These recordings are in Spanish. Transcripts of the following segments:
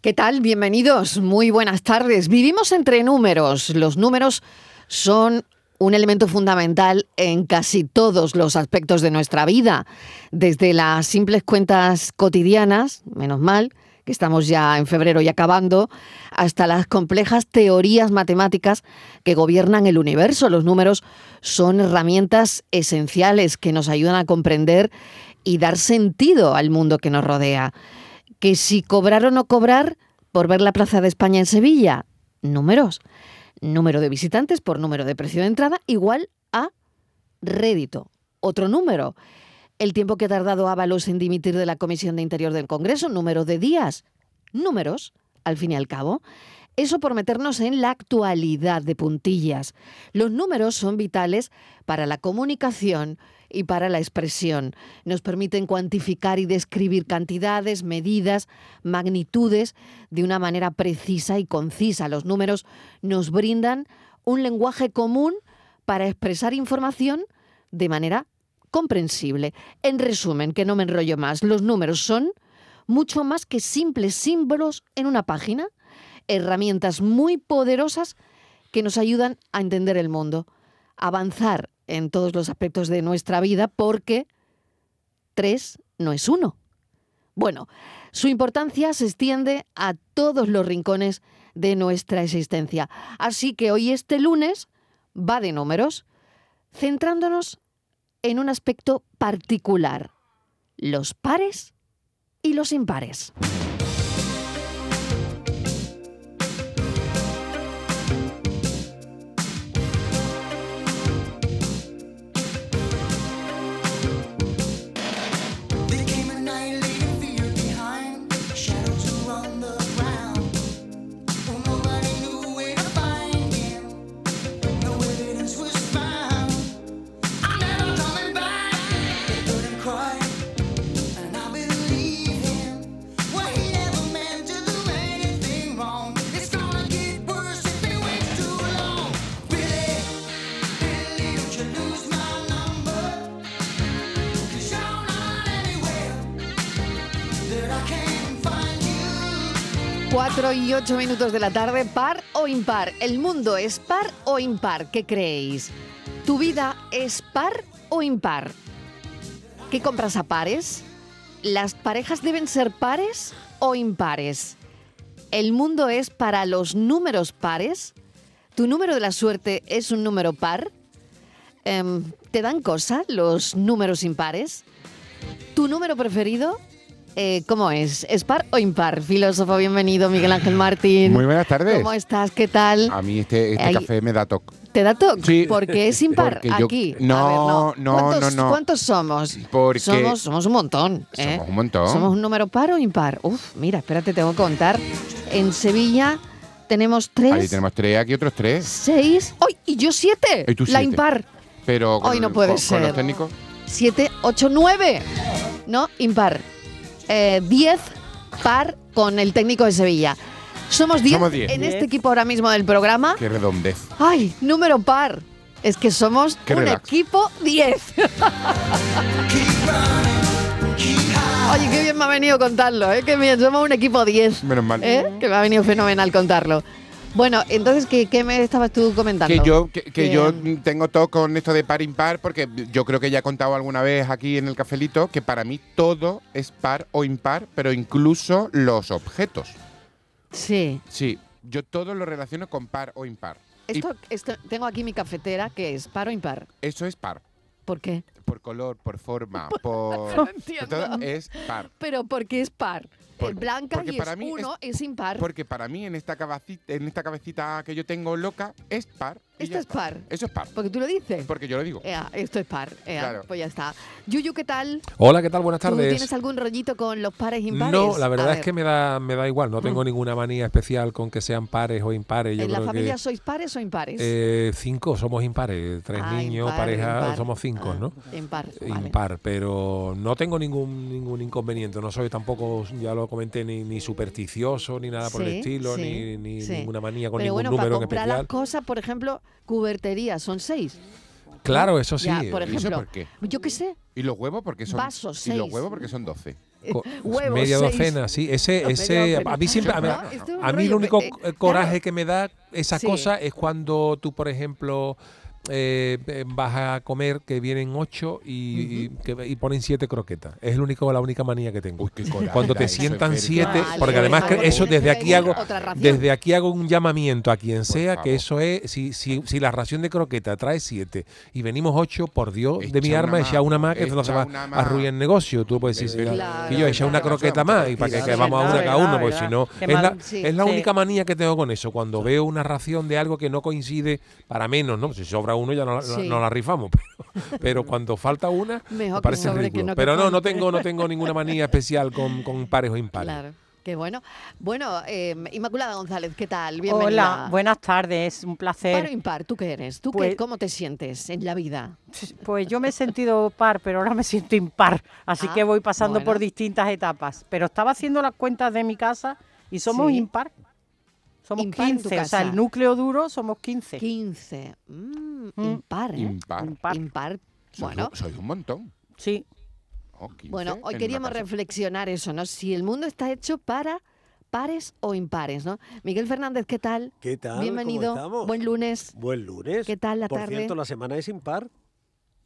¿Qué tal? Bienvenidos. Muy buenas tardes. Vivimos entre números. Los números son un elemento fundamental en casi todos los aspectos de nuestra vida, desde las simples cuentas cotidianas, menos mal, que estamos ya en febrero y acabando, hasta las complejas teorías matemáticas que gobiernan el universo. Los números son herramientas esenciales que nos ayudan a comprender y dar sentido al mundo que nos rodea. Que si cobrar o no cobrar por ver la Plaza de España en Sevilla, números número de visitantes por número de precio de entrada igual a rédito. Otro número. El tiempo que ha tardado Ábalos en dimitir de la Comisión de Interior del Congreso, número de días. Números, al fin y al cabo. Eso por meternos en la actualidad de puntillas. Los números son vitales para la comunicación y para la expresión. Nos permiten cuantificar y describir cantidades, medidas, magnitudes de una manera precisa y concisa. Los números nos brindan un lenguaje común para expresar información de manera comprensible. En resumen, que no me enrollo más, los números son mucho más que simples símbolos en una página, herramientas muy poderosas que nos ayudan a entender el mundo, avanzar en todos los aspectos de nuestra vida porque tres no es uno. Bueno, su importancia se extiende a todos los rincones de nuestra existencia. Así que hoy este lunes va de números, centrándonos en un aspecto particular, los pares y los impares. y 8 minutos de la tarde, par o impar. ¿El mundo es par o impar? ¿Qué creéis? ¿Tu vida es par o impar? ¿Qué compras a pares? ¿Las parejas deben ser pares o impares? ¿El mundo es para los números pares? ¿Tu número de la suerte es un número par? Em, ¿Te dan cosa los números impares? ¿Tu número preferido eh, ¿Cómo es? ¿Es par o impar? Filósofo, bienvenido, Miguel Ángel Martín. Muy buenas tardes. ¿Cómo estás? ¿Qué tal? A mí este, este Ay, café me da toque. ¿Te da toque? Sí. Porque es impar Porque yo- aquí. No, A ver, no, ¿Cuántos, no, no. ¿Cuántos somos? Porque- Somos, somos un montón. ¿eh? Somos un montón. ¿Somos un número par o impar? Uf, mira, espérate, tengo que contar. En Sevilla tenemos tres, Ahí tenemos tres, aquí otros tres. seis... ¡Ay! Y yo siete. Y tú La siete. impar. Pero con, Hoy no puede con- ser. con los técnicos. Siete, ocho, nueve. No, impar. Eh, diez, par con el técnico de Sevilla. Somos diez, Somos diez. en este equipo ahora mismo del programa. Qué redondez. ¡Ay! Número par. Es que somos Qué un relax. equipo 10. Oye, qué bien me ha venido contarlo, ¿eh? Qué bien, somos un equipo 10. Menos mal. ¿eh? Que me ha venido fenomenal contarlo. Bueno, entonces, ¿qué, qué me estabas tú comentando? Que yo, que, que Que- yo tengo todo con esto de par impar, porque yo creo que ya he contado alguna vez aquí en el cafelito que para mí todo es par o impar, pero incluso los objetos. Sí. Sí, yo todo lo relaciono con par o impar. Y Esto, esto- tengo aquí mi cafetera, que es par o impar. eso es par. ¿Por qué? Por color, por forma, por. ¿Eh? No entiendo. todo es par. Pero porque es par. Por- Eh, Blanca porque y para es mí es- uno, es, impar. Porque para mí en esta cabecita, en esta cabecita que yo tengo loca es par. y Esto ya es está. par. Eso es par. Porque tú lo dices. Porque yo lo digo. Ea, esto es par. Ea, Claro. Pues ya está. Yuyu, ¿qué tal? Hola, ¿qué tal? Buenas ¿Tú tienes tardes. algún rollito con los pares impares? No, la A verdad es ver, Mm. que me da, me da igual. No tengo ninguna manía especial con que sean pares o impares. Yo ¿En la creo familia que sois pares o impares? eh, cinco somos impares. Tres Ah, niños, impar, pareja, impar. somos cinco, Ah, ¿no? Impar. eh, vale. Impar, pero no tengo ningún ningún inconveniente. No soy tampoco, ya lo comenté, ni, ni supersticioso ni nada por el Sí, estilo, sí, ni, ni sí. ninguna manía con Pero ningún bueno, para número en comprar las especial. cosas, por ejemplo, cuberterías, son seis. Claro, Pues eso sí. eh, Ya, por ¿Y eso ejemplo. por qué? Yo qué sé. Y los huevos porque son Vasos, Y los seis. Eh, huevos porque son 12. Co- Huevos, media seis. docena, sí. Ese, No, media ese, docena. a mí siempre, a mí, No, esto es un a mí el rollo, único eh, eh, coraje claro. que me da esa Sí. cosa es cuando tú, por ejemplo, eh, eh, vas a comer que vienen ocho y, y que- y ponen siete croquetas. Es el único, la única manía que tengo. Uy, qué coraje cuando da te eso, sientan Federico. siete, Vale, porque además que vale, eso tienes desde que aquí pedir hago, otra ración. desde aquí hago un llamamiento a quien sea que favor. eso es, si, si, si la ración de croqueta trae siete y venimos ocho, por Dios, de Echa mi una arma, más, echa una más que echa no se va una a más. arruinar el negocio. Tú puedes decir, Claro, y yo echa una claro. croqueta más y para que, Sí, que sí, vamos a verdad, una cada uno, verdad, porque si no. verdad. Qué Es la, mal, sí. es la Sí. única manía que tengo con eso. Cuando veo una ración de algo que no coincide, para menos, ¿no? Si sobra uno ya no, la- Sí. no la rifamos, pero, pero cuando falta una, Mejor me que parece sobre que ridículo. no que pero no, no falte. tengo, no tengo ninguna manía especial con, con pares o impares. Claro, qué bueno. Bueno, eh, Inmaculada González, ¿qué tal? Bienvenida. Hola, buenas tardes, un Par o placer. impar, ¿tú qué eres? ¿Tú qué, Pues- cómo te sientes en la vida? Pues yo me he sentido par, pero ahora me siento impar, así Ah, que voy pasando por bueno. distintas etapas. Pero estaba haciendo las cuentas de mi casa y somos Sí. impar. Somos Impar en tu 15, o sea, casa. el núcleo duro somos 15. 15. Mm, Mm. Impar, ¿eh? Impar. Impar. Impar. Sois Bueno, un- sois un montón. Sí, Oh, 15 Bueno, hoy en queríamos una casa. reflexionar eso, ¿no? Si el mundo está hecho para pares o impares, ¿no? Miguel Fernández, ¿qué tal? ¿Qué tal? ¿Cómo Bienvenido. estamos? Buen lunes. Buen lunes. ¿Qué tal la Por tarde? cierto, la semana es impar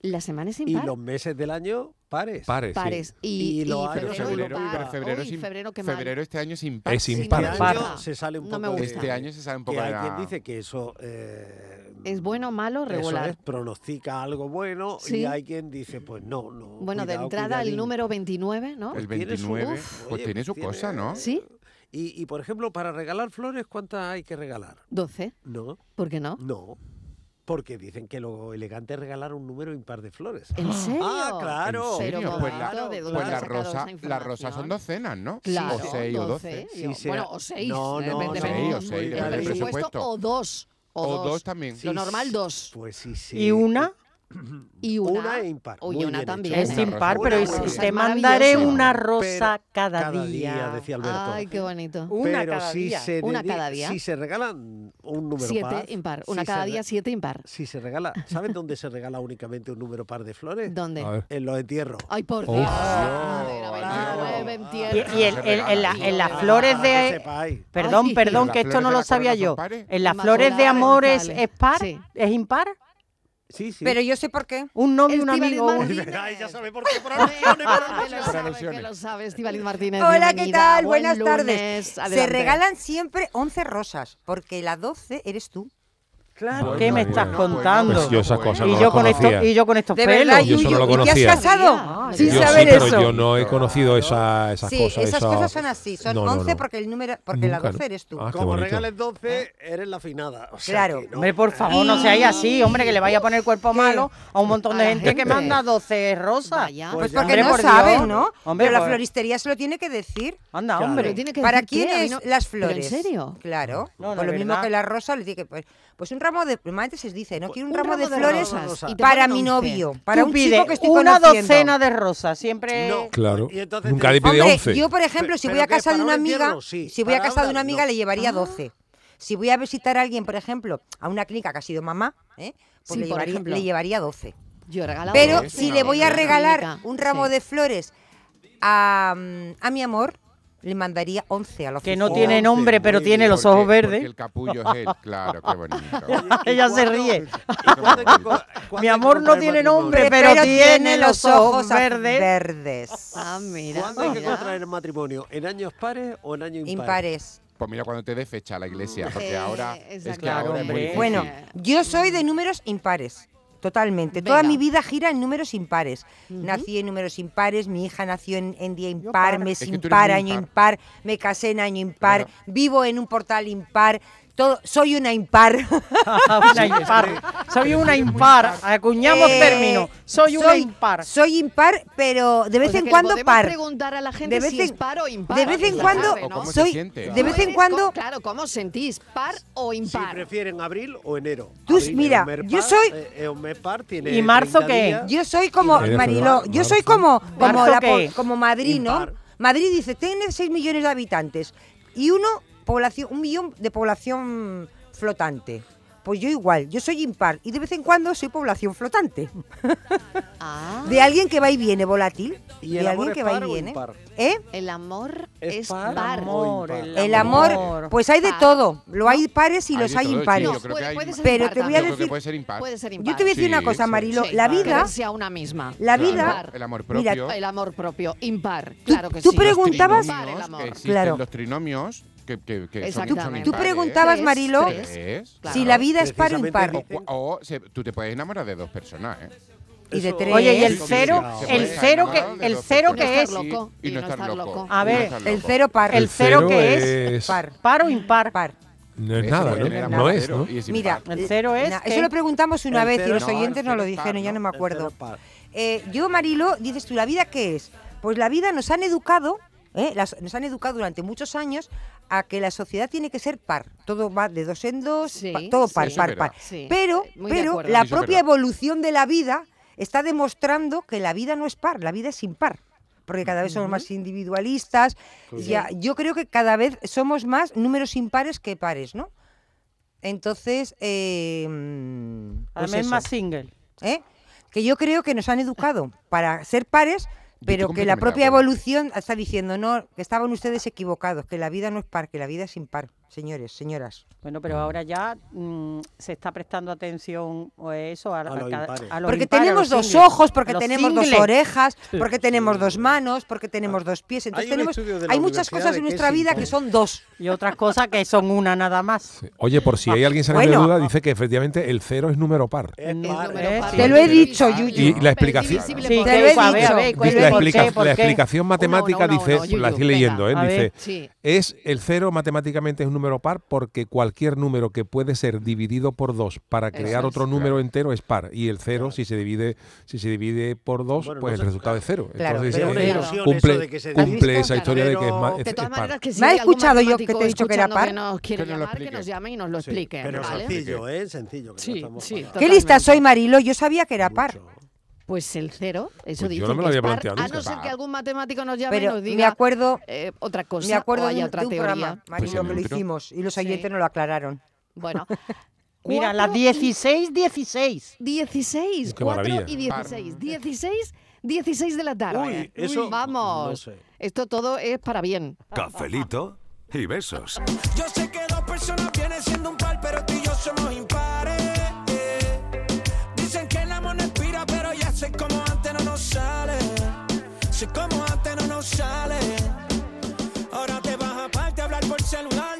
La semana es y impar. los meses del año pares. Pares. sí. pares. Y, Y lo hay- Pero Febrero febrero, impar. pero febrero, Uy, es im- febrero, qué mal. febrero este año es impar. Es Sin impar. Este duda. Par. año se sale un No poco me de- gusta. Este año se sabe un poco que hay de la- quien dice que eso eh, ¿Es bueno, malo, eso regular? es, pronostica algo bueno Sí. y hay quien dice pues no, no. Bueno, de cuidado, entrada el cuidadín. número 29, ¿no? El Tiene su- 29, Uf. pues Oye, tiene su tiene- cosa, ¿no? ¿Sí? Y, y, por ejemplo, para regalar flores, ¿cuántas hay que regalar? 12, No, ¿por qué no? no. Porque dicen que lo elegante es regalar un número impar de flores. ¿En serio? Ah, claro. ¿En Pero serio? Bobato, Pues la- ¿de dónde Pues has la sacado rosa, esa las rosas son información? docenas, ¿no? Claro, O seis o doce. doce, Sí, o- será- bueno, o 6. No, no, depende, no, depende. o seis, Muy depende bien, del el presupuesto. O 2. O O 2. dos también. Lo normal 2. Pues sí, sí. y una, Y una, Una es impar. Uy, Muy una bien también. ¿eh? hecho. es una impar, rosa, pero una es- rosa. te Es mandaré maravilloso. una rosa Pero cada, cada día, decía Alberto. Ay, qué bonito. Una pero cada si día. se Una dedi- cada día. Si se regalan un número siete par. impar. Una si cada se re- día, siete impar. Si se regala, ¿sabes dónde se regala únicamente un número par de flores? ¿Dónde? A ver. En los entierros. Ay, por Uf. Dios. A ver, a ver, Claro. 19, Y, 28. y Ah, en, en- en la- en las flores Para que de... sepáis. Perdón, Ay. perdón, ¿Las que esto flores no de lo la sabía corona son yo. pares? En las Inmaculada flores de amor es, González. es par, Sí. es impar. Sí, sí. Pero yo sé por qué. Un novio, un Estíbaliz amigo. un- Martínez. Ay, ya sabes por qué. por ahora. Que lo sabes, que alusiones. lo sabes, Estíbaliz Martínez. Hola, ¿qué bienvenida. tal? Buen Buenas lunes. tardes. Se Adelante. regalan siempre 11 rosas, porque la 12 eres tú. Claro, Bueno, ¿qué me bueno, estás bueno. contando? Pues yo esas cosas y, no yo las con esto, conocía. y yo con estos De pelos. verdad, Yo y, solo y- lo y que has conocía. casado Ay, sin Yo saber sí, eso. Pero yo no he conocido esa, esas sí, cosas. esas esa- cosas son así, son No, no, 11 no. porque el número porque la Nunca, 12 no. eres tú. ¿Eh? Ah, qué Como bonito. regales 12, eres la finada. O sea Claro. que no. Hombre, por favor, no seáis así, hombre, que le vaya a poner cuerpo malo a un montón de A la gente que gente. manda 12 rosas. Vaya. Pues Pues ya. porque Hombre, no por sabes, Dios. ¿no? Hombre, Pero la por- floristería se lo tiene que decir. Claro. Anda, Pero hombre. tiene que ¿Para decir qué, quién a mí es no- las ¿Pero flores? ¿En serio? Claro. No, la Por lo mismo verdad. que la rosa, le dije que pues, pues un ramo de normalmente se dice, Pues no quiero un, Un ramo, de ramo de flores rosas y te para ponen mi 11. novio, para Tú un pide chico que estoy una conociendo. docena de rosas, siempre... No. Claro. Y entonces Nunca te le pide Hombre, 11. yo, por ejemplo, Pe- si voy ¿pero a qué? casa de ¿Para una un entierro? amiga, Sí. si voy a ¿Para casa de una? una amiga No. Ah. le llevaría 12. Si voy a visitar a alguien, por ejemplo, a una clínica que ha sido mamá, ¿eh? pues Sí, le, por llevaría, ejemplo. le llevaría 12. Yo he regalado Pero dos, si ¿no? le voy a Una regalar amiga. un ramo Sí. de flores a, mm, a mi amor, le mandaría 11 a la Que oficina. no tiene Once, nombre, pero muy tiene bien, los Porque- ojos porque verdes. El capullo es él, claro, qué bonito. Ella se ríe. ¿Y cuándo hay que co- cuándo Mi hay que amor no contraer tiene matrimonio? nombre, pero tiene los ojos a- verdes. verdes. Ah, mira. ¿Cuándo hay que mira. contraer matrimonio? ¿En años pares o en años impares? Impares. Pues mira cuando te dé fecha la iglesia, Eh, porque ahora es que exacto. ahora es muy Hombre. difícil. Bueno, yo soy de números impares. Totalmente. Toda Venga. mi vida gira en números impares. Nací en números impares, mi hija nació en, en día impar, par. mes Es que tú eres impar, muy año impar. impar, me casé en año impar, Claro. vivo en un portal impar, todo, soy una impar. una impar. Soy una impar. Acuñamos Eh, términos. Soy una impar. Soy impar, pero de O vez sea Pues que en le cuando podemos par. preguntar a la gente vez si en- es par o impar. De vez en Claro, cuando O cómo se soy, siente. de vez en cuando Claro, ¿cómo os sentís? ¿Par o Si impar? prefieren abril o enero. Tú, Abril es mira, un mes yo par, soy- eh, es un mes par, tiene ¿Y marzo 30 qué? días. Yo soy como Eres Mariló, verdad, yo soy Marzo. como como ¿Marzo la po- qué? como Madrid, ¿no? Impar. Madrid dice, tiene 6 millones de habitantes y uno población un millón de población flotante. Pues yo igual, yo soy impar y de vez en cuando soy población flotante. Ah, De alguien que va y viene volátil. ¿Y de el amor alguien es que va par y o viene. impar? ¿Eh? el amor ¿Es es par? par. Amor. El amor, pues hay de Par. todo. Lo hay pares y Hay los de hay todo, sí, impares. yo creo que hay- ser Pero impar te voy a Yo creo que también. decir- puede ser impar. Puede ser impar. Yo te voy a decir una Sí, cosa, sí, Marilo. Sí, la claro. vida, Quererse a una misma. la Claro, vida, El amor Mira, propio. El amor propio, impar. Tú- Claro que tú sí. Pues los preguntabas- Impar el trinomios, que amor. existen Claro. los trinomios que, que, que son, Exactamente. son Tú impares. preguntabas, Tres, Marilo, tres. Tres, claro. si la vida es par o Precisamente impar. O, cua- o se- tú te puedes enamorar de dos personas, ¿eh? Y de Eso- tres. Oye, y Sí, el sí, cero, sí, se el puede cero que, enamorar de el dos cero personas. que Y es, no estar loco, Y no estar loco. A y no ver, estar El loco. cero par. el cero que es, par. par o impar. Par. No es Ese nada, puede ¿no? tener No amor es, cero ¿no? y es Mira, impar. El cero es na- que- eso lo preguntamos una El vez y cero los no, el oyentes no cero lo es par, dijeron, ya ¿no? no me El cero acuerdo. es par. Eh, yo, Marilo, dices tú, ¿la vida qué es? Pues la vida nos han educado, ¿eh? Las- nos han educado durante muchos años a que la sociedad tiene que ser par. Todo va de dos en dos, Sí, pa- todo par, sí. par, Eso es verdad. par. Sí, Pero, muy de pero acuerdo. la Eso es propia verdad. evolución de la vida está demostrando que la vida no es par, la vida es impar. Porque cada vez somos más individualistas. Pues Ya, yo creo que cada vez somos más números impares que pares, ¿no? Entonces, eh, mm, pues Además es eso. más single. ¿eh? que yo creo que nos han educado para ser pares, pero que la completamente propia de acuerdo. evolución está diciendo, no, que estaban ustedes equivocados, que la vida no es par, que la vida es impar, señores, señoras. Bueno, pero ahora ya mm, se está prestando atención o eso a, A los a cada- impares. a los Porque impares, a tenemos los dos singles. ojos, porque A los tenemos singles. dos orejas, porque tenemos dos manos, porque tenemos dos pies. Ah. Entonces Hay un tenemos, estudio de la hay muchas universidad cosas de en que es nuestra vida impar. que son dos. Y otras cosas que son una nada más. Oye, por si hay alguien saliendo Bueno. de duda, dice que efectivamente el cero es número par. Es El par, número Eh, es par. par. Te lo he dicho, Yuyu. Y la explicación- Divisible Sí, por te que- lo he a ver, a dicho. ver, Di- Dice, cuéntame la, por qué, explica- por la qué. explicación matemática uno, dice, uno, Yuyu, la estoy venga, leyendo, ¿eh? a dice, ver. Sí. es el cero matemáticamente es un número par porque cualquier número que puede ser dividido por dos para Eso crear es. otro número entero es par y el cero si se divide si se divide por dos Bueno, pues no el sé, resultado claro. es cero. Claro, Entonces, pero eh, una ilusión eso cumple, de que se cumple divide. esa historia de que es, ma- Pero- es- De todas es par. maneras, que si ¿Me has hay algún escuchado yo que te he matemático dicho que era escuchando par? nos quiere Que nos lo llamar, que explique. nos llame y nos lo Sí, explique, pero ¿vale? sencillo, ¿eh? Sencillo. Que Sí, no estamos sí, para- Qué lista Totalmente. soy, Marilo, yo sabía que era par. Pues el cero, Pues eso yo dice no me lo había planteado A nunca. no ser que algún matemático nos llame y Pero nos me diga acuerdo, eh, otra cosa me acuerdo o de un, haya otra de un programa, teoría. Marilo, Pues el que lo neutro. hicimos y los Sí. oyentes no lo aclararon. Bueno, Mira, las Cuatro y- 16, 16. 16, Qué 4 y maravilla. 16. 16, 16 de la tarde. Uy, eso- Vamos. no sé. Esto todo es para bien. Cafelito y besos. Yo sé que dos personas vienen siendo un par, pero tú y yo somos impares. eh. Dicen que el amor no expira, pero ya sé cómo antes no nos sale. Sé cómo antes no nos sale. Ahora te vas a parte a hablar por celular.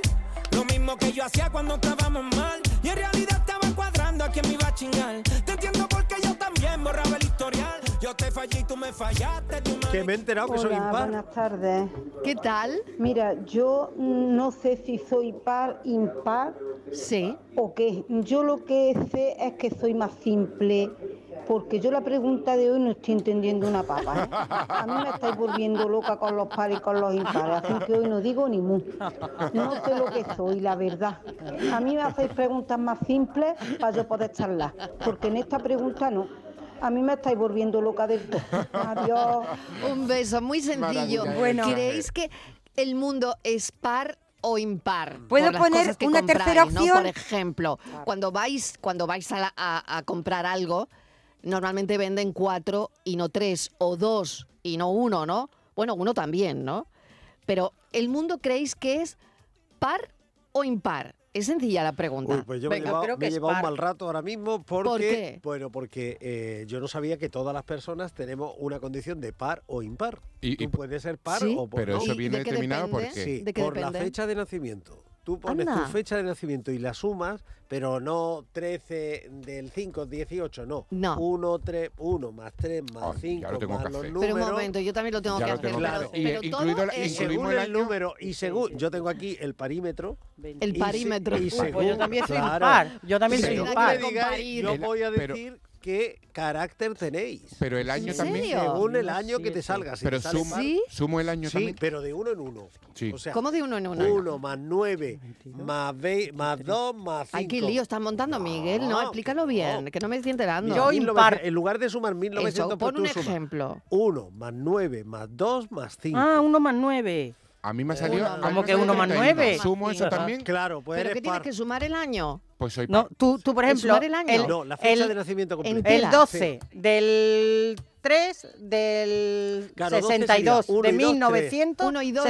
Lo mismo que yo hacía cuando estábamos mal. Y en realidad estaba cuadrando a quien me iba a chingar. Te entiendo porque yo también borraba el historial. Yo te fallé y tú me fallaste. Tú me Que me he enterado que soy Hola, impar. buenas tardes. ¿Qué tal? Mira, yo no sé si soy par, impar Sí. o qué. Yo lo que sé es que soy más simple, porque yo la pregunta de hoy no estoy entendiendo una papa. ¿eh? A mí me estáis volviendo loca con los pares y con los impares, así que hoy no digo ni mu. No sé lo que soy, la verdad. A mí me hacéis preguntas más simples para yo poder charlar, porque en esta pregunta no. A mí me estáis volviendo loca del todo. Adiós. Un beso muy sencillo. ¿eh? Maravilla, Bueno. ¿creéis que el mundo es par o impar? por ¿Puedo las poner cosas que una compráis, tercera ¿no? opción? Por ejemplo, cuando vais, cuando vais a, la- a- a comprar algo, normalmente venden cuatro y no tres, o dos y no uno, ¿no? Bueno, uno también, ¿no? Pero ¿el mundo creéis que es par o impar? Es sencilla la pregunta. Uy, pues yo me he Venga. llevado, creo que me he es llevado un par. mal rato ahora mismo porque, qué? bueno, porque eh, yo no sabía que todas las personas tenemos una condición de par o impar. Y- y- Tú puedes ser par ¿Sí? o por Pero no. ¿Y eso de viene qué determinado depende? porque Sí, ¿De qué por depende? la fecha de nacimiento. Tú pones Anda. tu fecha de nacimiento y la sumas, pero no 13 del 5, 18, no. No. 1, 3, 1 más 3 más Ay, 5 ya lo tengo más que los hacer. números. Pero un momento, yo también lo tengo Ya que lo hacer. tengo que pero hacer. Y- pero incluido todo la- y es según ¿Incluimos el, el año? número y según yo tengo aquí el parímetro el y se- parímetro. y Uy, según, Pues yo también soy claro, impar. Yo también Sí, soy pero- impar. Pero- digáis, yo Pero- voy a pero- decir qué carácter tenéis. Pero el año ¿En también. serio? Según el Uno, año que siete. te salga. Si Pero te sale sumo, par, ¿Sí? sumo el año sí, también. pero de uno en uno. Sí. O sea, ¿Cómo de uno en uno? 1 más 9 más 2 más 2 más 5. Ay, qué lío estás montando, Miguel. No, No, explícalo no. bien, que no me estoy enterando. Yo impar. En lugar de sumar 1900, Eso, pues pon tú un sumas ejemplo. 1 más 9 más 2 más 5. Ah, 1 más 9. A mí me ha salido. Uno a mí más me ¿Cómo que ha salido uno más 31. nueve? Sumo eso Ajá. también. Claro, pues ¿Pero eres qué tienes par. que sumar el año? pues soy No, tú, tú, por ¿En ejemplo, sumar el año? Ah, No, la fecha de nacimiento completa. el Tela. 12 del 3 del Claro, 12 sería 62, uno de y dos, tres. 1962. Uno y dos,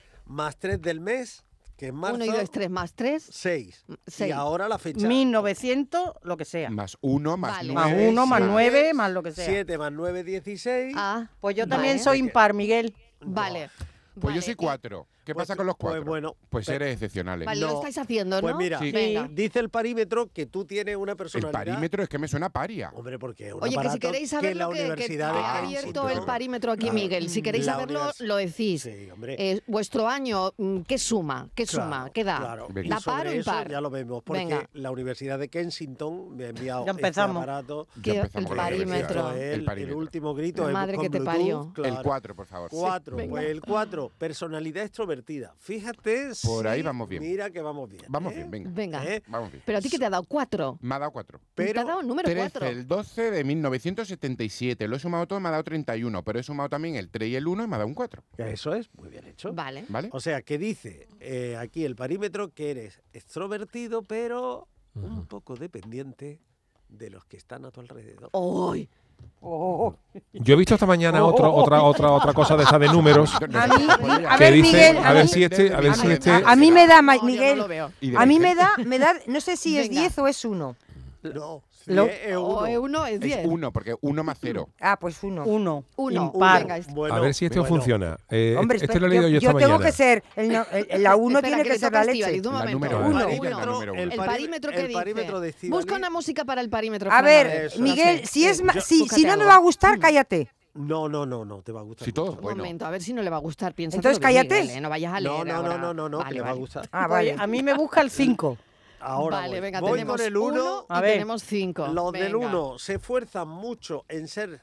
tres. Más 3 del mes, que es marzo. 1 y 2, 3 más 3. 6. Y seis. ahora la fecha. 1900, lo que sea. Más uno, más Vale. Más nueve, uno, más seis, nueve, más lo que sea. 7 más 9, 16. Ah, Pues yo vale. también soy impar, Miguel. Vale. Pues Vale. yo soy cuatro. ¿Qué Pues pasa tú- con los pues cuatro? bueno, pues pero- eres excepcionales. Vale, No. lo estáis haciendo, ¿no? Pues mira, Sí. Venga. dice el parímetro que tú tienes una El personalidad. parímetro es que me suena paria. Hombre, porque es un Oye, que si aparato queréis saberlo, que, la que universidad ha abierto el parímetro aquí, Miguel. Si queréis Ah, La saberlo, univers- lo decís. Sí, hombre. Eh, vuestro año, mm, ¿qué suma? ¿Qué Claro, suma? ¿Qué da? claro. Venga. Y ¿Da sobre par o eso impar? Ya lo vemos, porque Venga. la Universidad de Kensington me ha enviado Ya empezamos. este aparato. ¿Qué- empezamos el con la parímetro. Esto es El El, el, parímetro. último grito. La el- madre con que te Bluetooth, parió. claro. El cuatro, por favor. Cuatro, venga. pues el cuatro, personalidad extrovertida. Fíjate Por si- ahí vamos bien. Mira que vamos bien. Vamos ¿eh? bien, venga. Venga. ¿Eh? Vamos bien. Pero a ti que te ha dado cuatro. Me ha dado cuatro. te ha Pero dado el número 13, cuatro. el 12 de 1977. Lo he sumado todo, me ha dado 31. Pero he sumado también el 3 y el 1 y me ha dado un 4. eso es muy bien hecho. Vale. ¿Vale? O sea, que dice eh, aquí el parímetro que eres extrovertido, pero un poco dependiente de los que están a tu alrededor. ¡Ay! Yo he visto esta mañana otro, otra, otra, otra cosa de esa de números. A mí- a que ver, dice, Miguel, a a ver mí- si este, a ver si este. A mí me da, ma- No, yo no Miguel, lo veo. Y de a mí me Vicente da, me da, no sé si es Venga. 10 o es 1. No, Lo- sí, es O uno. es uno es diez. Es 1, porque 1 más 0. Ah, pues 1. Uno. Uno. Impar. Venga, este- Bueno, a ver si esto bueno. funciona. Eh, Hombre, este espera, lo he leído yo, esta tengo mañana. que ser, el no- el- la 1 Espera, que tiene que, le ser toca a la Estíbaliz, leche. un La momento. número Uno, uno. uno. Ahí está la número El uno. parímetro que El parímetro de dice. Estíbaliz. Busca una música para el parímetro. A ver, Eso es. Miguel, Sí. si, es, ma- Yo- si, Búscate si no algo. le va a Mm. gustar, cállate. No, no, no, no, te va a gustar. Si todo es Un bueno. momento, a ver si no le va a gustar. Piensa eh, Entonces, cállate. no vayas a leer No, no, ahora. no, no, no, no, Vale, que le va a vale. gustar. Ah, Oye, vale. a mí me busca el 5. Ahora vale, voy. venga, Voy tenemos con el uno, 1. A y ver. tenemos cinco. Los del Venga. 1 se esfuerzan mucho en ser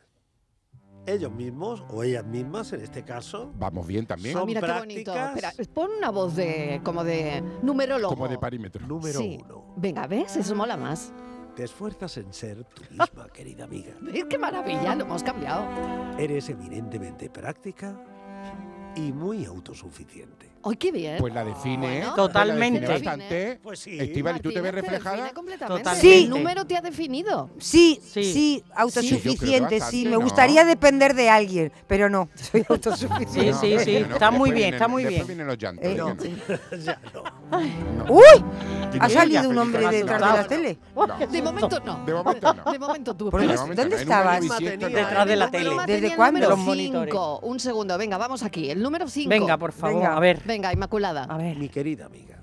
ellos mismos o ellas mismas en este caso. Vamos bien también. Ah, Son- mira qué bonito. prácticas. Espera, pon una voz de como de numerólogo. Como de parímetro. Número Sí. 1. Venga, ¿ves? Eso mola más. Te esfuerzas en ser tú misma, querida amiga. ¿Ves qué maravilla? Lo hemos cambiado. Eres eminentemente práctica y muy autosuficiente. ¡Ay, qué bien! Pues la define. ¿eh? Bueno. Pues la Totalmente. define bastante. Pues sí. Estivali, ¿tú te ves Martínez reflejada? define completamente. Totalmente. El número te ha definido. Sí, Sí. sí, Sí, yo creo que autosuficiente, sí. bastante, Me ¿no? gustaría depender de alguien, pero no, soy Sí, autosuficiente. No, sí, hombre, sí, no, que está muy después bien, vienen- está muy después bien. vienen los llantos, Eh, digan. ya no. ¡Uy! Digan, Ha ya, salido un Felipe, hombre no, detrás de no, la no. tele. De momento no. De momento no. De momento tú. Porque- De ¿Dónde momento no. En un estabas? año bisiesto no. Detrás de la Paloma tenía tele. ¿Desde el cuándo? número Los monitores. cinco. Un segundo, venga, vamos aquí. El número 5. Venga, por favor, Venga. a ver. Venga, Inmaculada. A ver. Mi querida amiga,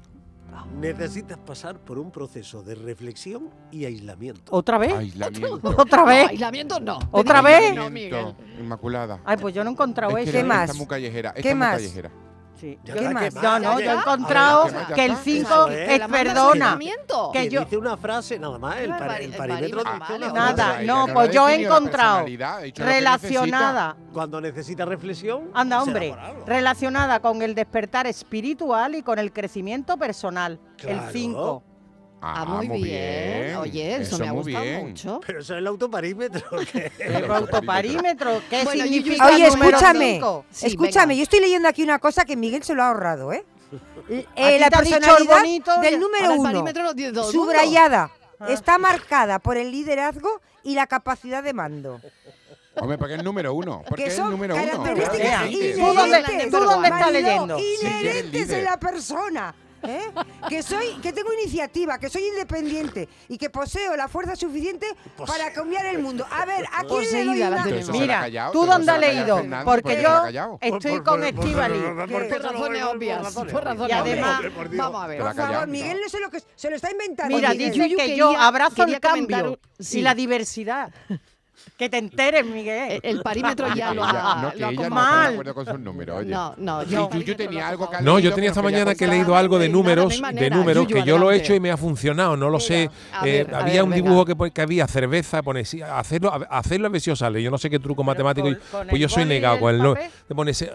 Ah. necesitas pasar por un proceso de reflexión y aislamiento. ¿Otra vez? Aislamiento. ¿Otra No, vez? aislamiento no. ¿Otra vez? No, Miguel. Aislamiento. Inmaculada. Ay, pues yo no he encontrado Es que eso. no, más? Está muy callejera. está ¿Qué muy más? callejera. Sí. Ya Yo- está, ¿qué que más? No, ya, no, ya, yo he ya. encontrado A ver, ya que el está. 5 Eso es. Que es la mandas perdona. al aislamiento. que Que yo- dice una frase nada más, el, Claro, pari- el el pari- parímetro el dice parímetro, una vale. frase. Nada, Ay, no, que pues ha yo he definido la encontrado personalidad, ha dicho lo que relacionada. Cuando necesita reflexión, Anda, será hombre, por algo. relacionada con el despertar espiritual y con el crecimiento personal. El Claro. 5. necesita. Ah, muy, bien. Oye, eso, me ha gustado mucho. Pero eso es el autoparímetro. que- El autoparímetro, ¿qué Bueno, y- significa Oye, el número escúchame, cinco? Sí, escúchame, venga. yo estoy leyendo aquí una cosa que Miguel se lo ha ahorrado, ¿eh? Eh, te la ha dicho el personalidad bonito, del ya- número Ahora el uno, parímetro lo tiene todo el mundo. subrayada, Ah. está marcada por el liderazgo y la capacidad de mando. Hombre, porque es el número uno. Porque que es el son número uno. características Vea, Evidente. ¿Tú dónde- inherentes. tú dónde estás Mariló, leyendo? Si quieres Inherentes líder. en la persona. ¿eh? Que soy, que tengo iniciativa, que soy independiente y que poseo la fuerza suficiente para cambiar el mundo. A ver, ¿a quién le Poseída doy la una- tenemos. Eso se la Mira, ha callado, ¿tú eso dónde se has la ha callado leído? Fernández, Porque porque se la ha yo callado. estoy Por- por- con por- por- Estivali. por- Por razones obvias. Por razones Y además- obvias. Vamos a ver. Te la Por ha callado, favor, ¿no? Miguel no sé lo que se lo está inventando. Mira, Miguel. dice Yuyu que quería- yo abrazo quería el comentar- cambio sí. y la diversidad. Que te enteres, Miguel. El- El parímetro ya lo Ah, Que ella- no, ha que lo ha ella no está de Mal. acomodado. acuerdo con sus números, oye. No, no, Sí, yo- Yuyu tenía algo que ha No, yo leído, tenía esta pero que ya mañana que he contaba. leído algo de Nada, no hay números, de manera. números Yuyu, que yo lo he adelante. hecho y me ha funcionado, no lo sé. a Eh, ver, a había ver, un venga. dibujo que, pon- que había cerveza, pone sí, hacerlo, a- hacerlo a ver si os sale. Yo no sé qué truco matemático. y- con- con el pues yo soy boli y negado el con el no- papel. te pone, se-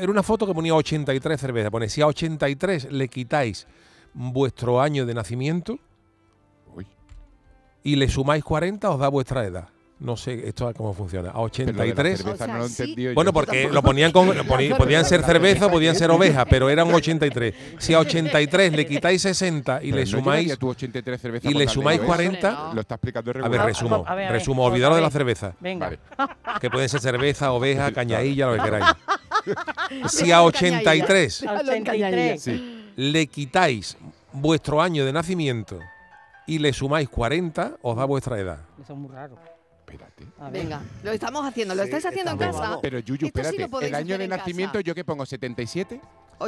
era una foto que ponía 83 cervezas. Pone si a 83 le quitáis vuestro año de nacimiento Uy, y le sumáis 40 os da vuestra edad. no sé esto a cómo funciona, a Pero lo de la 83. cerveza O sea, no lo he sí. entendido Bueno, yo. porque lo ponían con, lo poni- podían ser cerveza, podían ser oveja, pero eran 83. Si a 83 le quitáis 60 y Pero le no sumaís, llevaría tú 83 cervezas y le por tarde, sumáis ¿no? 40. Lo está explicando el a ver, Ah, regulador. resumo, a ver, a ver, resumo, otra olvidaros de vez. la cerveza, Venga. Vale. que pueden ser cerveza, oveja, cañailla, lo que queráis. Si Déjalo a en 83 cañailla. A Déjalo en cañailla. 83. Sí. le quitáis vuestro año de nacimiento y le sumáis 40, os da vuestra edad. Eso es muy raro. Espérate. A ver. Venga, lo estamos haciendo, lo Sí, estáis haciendo en estamos, casa. vamos. Pero Yuyu, Esto sí espérate, lo podéis el año hacer de en casa. nacimiento yo que pongo 77,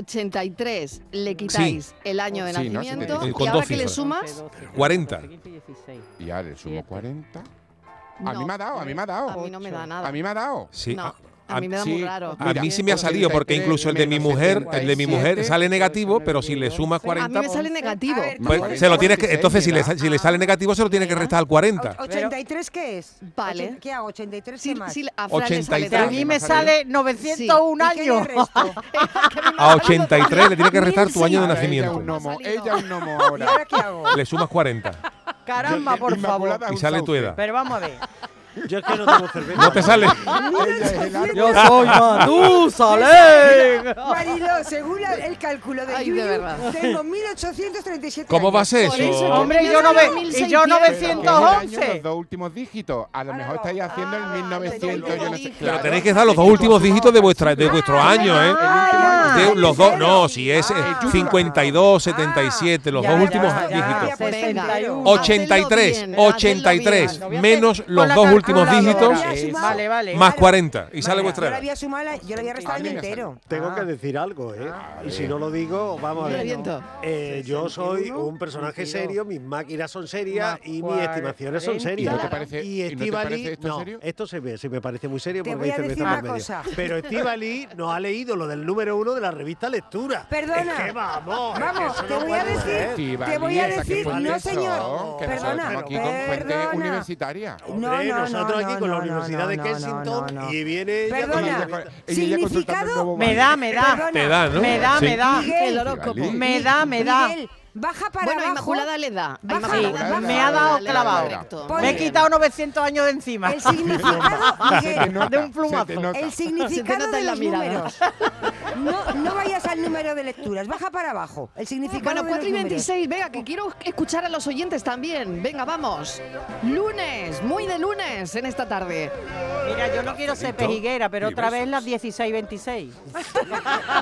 83 le quitáis el año de Sí, ¿no? nacimiento Sí, y con ahora dos que le cifras. sumas, 40. 15, 16. y ahora le sumo Siete. 40. A No, mí me ha dado, a mí me ha a dado. mí no me da nada. A mí me ha dado. Sí, No, a- a mí me da sí. muy raro. A Mira, mí sí me ha salido porque 83 incluso el de mi menos mujer, el de mi 77. mujer sale negativo, pero si le sumas A mí 40, me sale negativo. A ver, pues, cuarenta, se lo tienes que cuarenta y entonces si seis, le, ¿verdad? sa- si le sale negativo se lo tiene que restar al 40. Och- 83 qué es? Vale. Ochen- ¿Qué hago? 83 Sí, qué más. sí, a Fran le sale 83. Que a también. mí me sale 901 ¿Y qué le años. resto? A 83 le tiene que restar tu año de Ahora Ella un nacimiento. gnomo, salido. ella un gnomo ¿Y ahora. ahora qué hago? Le sumas 40 Caramba, por favor. Inmaculada y un sale tu sauce. edad. Pero vamos a ver. Yo es que no tomo cerveza. No te sale. Ella es el árbol. Yo soy Matusalén. Marilo, según la- el cálculo de Ay, Yuyu, de verdad. tengo 1837 ¿Cómo años. va a ser Por eso, eso? Hombre, me yo ha no salido ve- y 1600. yo no Pero que es el año, 111. Los dos últimos dígitos. A lo Ahora mejor no. estáis haciendo el Ah, 1900. los yo no últimos sé. dígitos. Pero Claro. tenéis que dar los dos últimos dígitos de vuestra de vuestro año, ¿eh? Ah, De- el los dos, tercero. no, si es eh, Ah, el 52, Ah, 77, los ya, dos ya, últimos ya. dígitos. Venga, Pues 61. hacedlo 83, bien, hacedlo bien. 83, Lo voy a menos hacer con los la dos últimos dígitos, calculadora. Había Eso. sumado- Vale, vale. más 40, y sale Vale, vuestra Yo la edad. había sumado, la- yo la había restado A mí el me sale. entero. Tengo que decir algo, ¿eh? Y si no lo digo, vamos a Me ver. reviento. Eh, yo soy un personaje 22. serio, mis máquinas son serias Más y mis estimaciones son 40. serias. ¿Y no te parece- Y y no te Estivali- parece esto no, serio? esto se me, se me parece muy serio Te porque voy a hay cerveza decir por una medio. cosa. Pero Estivali no ha leído lo del número uno de la revista Lectura. Perdona. Es que vamos. es que Vamos, eso no te voy a puede ser. decir, Estivali, te voy a esa que decir, fue no el señor, show, que nosotros perdona, estamos aquí con fuente perdona. universitaria. Hombre, No, no, Eh, nosotros no, aquí con la no, Universidad no, de no, no, Kensington no, no. y viene ella con la Perdona. revista- ella consultando Significado- el nuevo Me banco. da, me da. Perdona. Te da, ¿no? Me da, Sí. me da. Miguel, El horóscopo. Miguel. Me da, me da. Miguel, baja para Bueno, abajo. Inmaculada le da. Baja, Inmaculada sí, le da, me Inmaculada ha dado le da, clavado. correcto. Me Muy Me he bien. quitado 900 años de encima. El significado, Se te Miguel, nota, de un se te plumazo. nota. El Se te significado nota de en la los mirada. números. No, no vayas al número de lecturas, baja para abajo. El significado Bueno, de 4 y los números. 26, venga, que quiero escuchar a los oyentes también. Venga, vamos. Lunes, muy de lunes en esta tarde. Mira, yo no quiero ser pejiguera, pero otra vez las 16-26.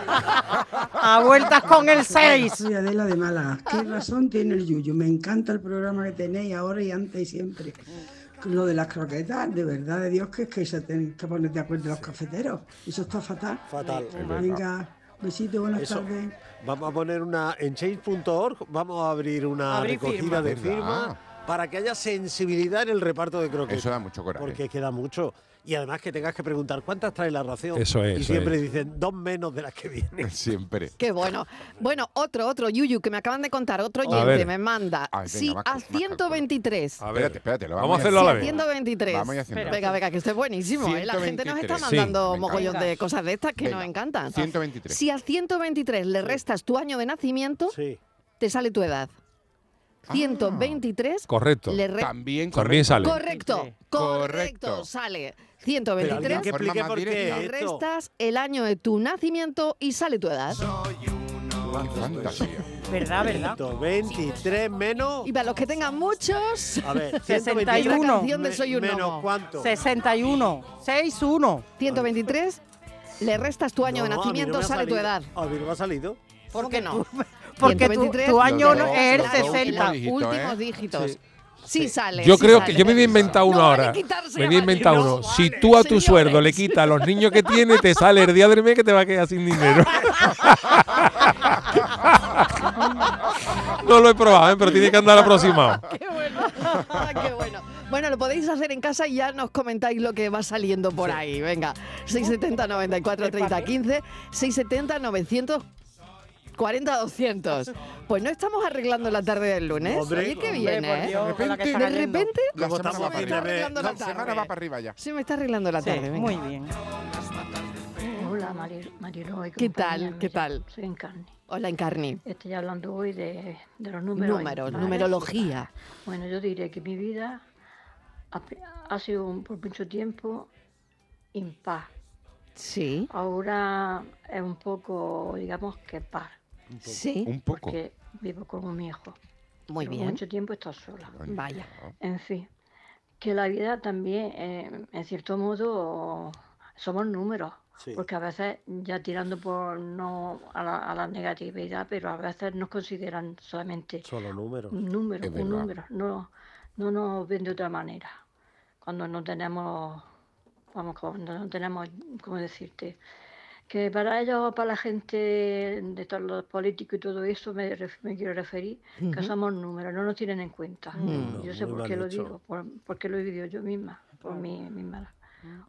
A vueltas con el 6. Soy Adela de Málaga. ¿Qué razón tiene el Yuyu? Me encanta el programa que tenéis ahora y antes y siempre. Lo de las croquetas, de verdad de Dios, que es que se tenéis que poner de acuerdo los cafeteros. Eso está fatal. Fatal. Venga, besito, buenas Eso. tardes. Vamos a poner una en change.org, vamos a abrir una Abrir recogida firmas. de ¿Verdad? firmas para que haya sensibilidad en el reparto de croquetas. Eso da mucho coraje. Porque queda mucho. Y además que tengas que preguntar cuántas trae la ración. Eso es, Y eso siempre es. dicen dos menos de las que vienen. Siempre. Qué bueno. Bueno, otro, otro, Yuyu, que me acaban de contar. Otro A oyente ver. me manda. Ay, venga, sí, más a cosas, más 123. A ver, Espérate, espérate, lo vamos a vamos a hacerlo a la vez. 123. Vamos y haciendo. Venga, venga, que esto es buenísimo. ¿eh? La gente nos está 123. Sí, mandando me mogollón encanta. de cosas de estas que Venga, nos encantan. 123. Si a 123 le restas tu año de nacimiento, Sí. te sale tu edad. 123 Correcto. le restas. También También sale. Correcto, correcto, Correcto. sale. Pero alguien 123 que Forma explique más por directa. qué le esto. restas el año de tu nacimiento y sale tu edad. Fantasía. ¿Verdad, verdad? 123 menos. Y para los que tengan muchos, A ver, 61. 121 La canción de Soy un menos gnomo. cuánto. 61. 61. 123, le restas tu año de nacimiento, sale tu edad. A mí no me ha salido. ¿Por qué no? Porque tu, 123, tu año los no- dos- es el los dos 60. dígitos, Últimos ¿eh? dígitos. Sí, sale. Yo sí creo sale. que yo me voy a inventar uno No vale ahora. quitarse Me voy a a inventar Mario, uno. no Si vale, tú a tu señores. sueldo le quitas a los niños que tiene, te sale el día del mes que te va a quedar sin dinero. no lo he probado, ¿eh? pero tiene que andar aproximado. Qué bueno. Ah, qué bueno. Bueno, lo podéis hacer en casa y ya nos comentáis lo que va saliendo por ahí. Venga, 670 94 30 15, 670 900 40 200. Pues no estamos arreglando la tarde del lunes. Hombre, Oye, qué hombre, bien, por ¿eh? Dios, De con la que repente- está De cayendo. repente La Luego semana estamos va se me está para arriba. arreglando la arriba. La semana va tarde. para arriba ya. Se me está arreglando la Sí, tarde. venga. muy bien. Hola, Maril- Mariló. y ¿Qué tal? compañía, ¿Qué mira, tal? Soy Encarni. Hola, Encarni. Estoy hablando hoy de, de los números. Números, impares. numerología. Bueno, yo diré que mi vida ha, ha sido un- por mucho tiempo impar. Sí. Ahora es un poco, digamos que par. Un poco. Sí. Un poco. Porque vivo con mi hijo. Muy Llevo bien. Mucho tiempo he estado sola. Bueno. Vaya. En fin, que la vida también, eh, en cierto modo, somos números. Sí. Porque a veces, ya tirando por no a la, a la negatividad, pero a veces nos consideran solamente Solo números. un número, Es un verdad. número. No, no nos ven de otra manera. Cuando no tenemos, vamos, cuando no tenemos, ¿cómo decirte? Que para ellos, para la gente de todos los políticos y todo eso, me, ref- me quiero referir, que Ujú. somos números, no nos tienen en cuenta. Mm. Y No, yo sé muy por mal qué lo hecho. digo, por- porque lo he vivido yo misma, por mí misma.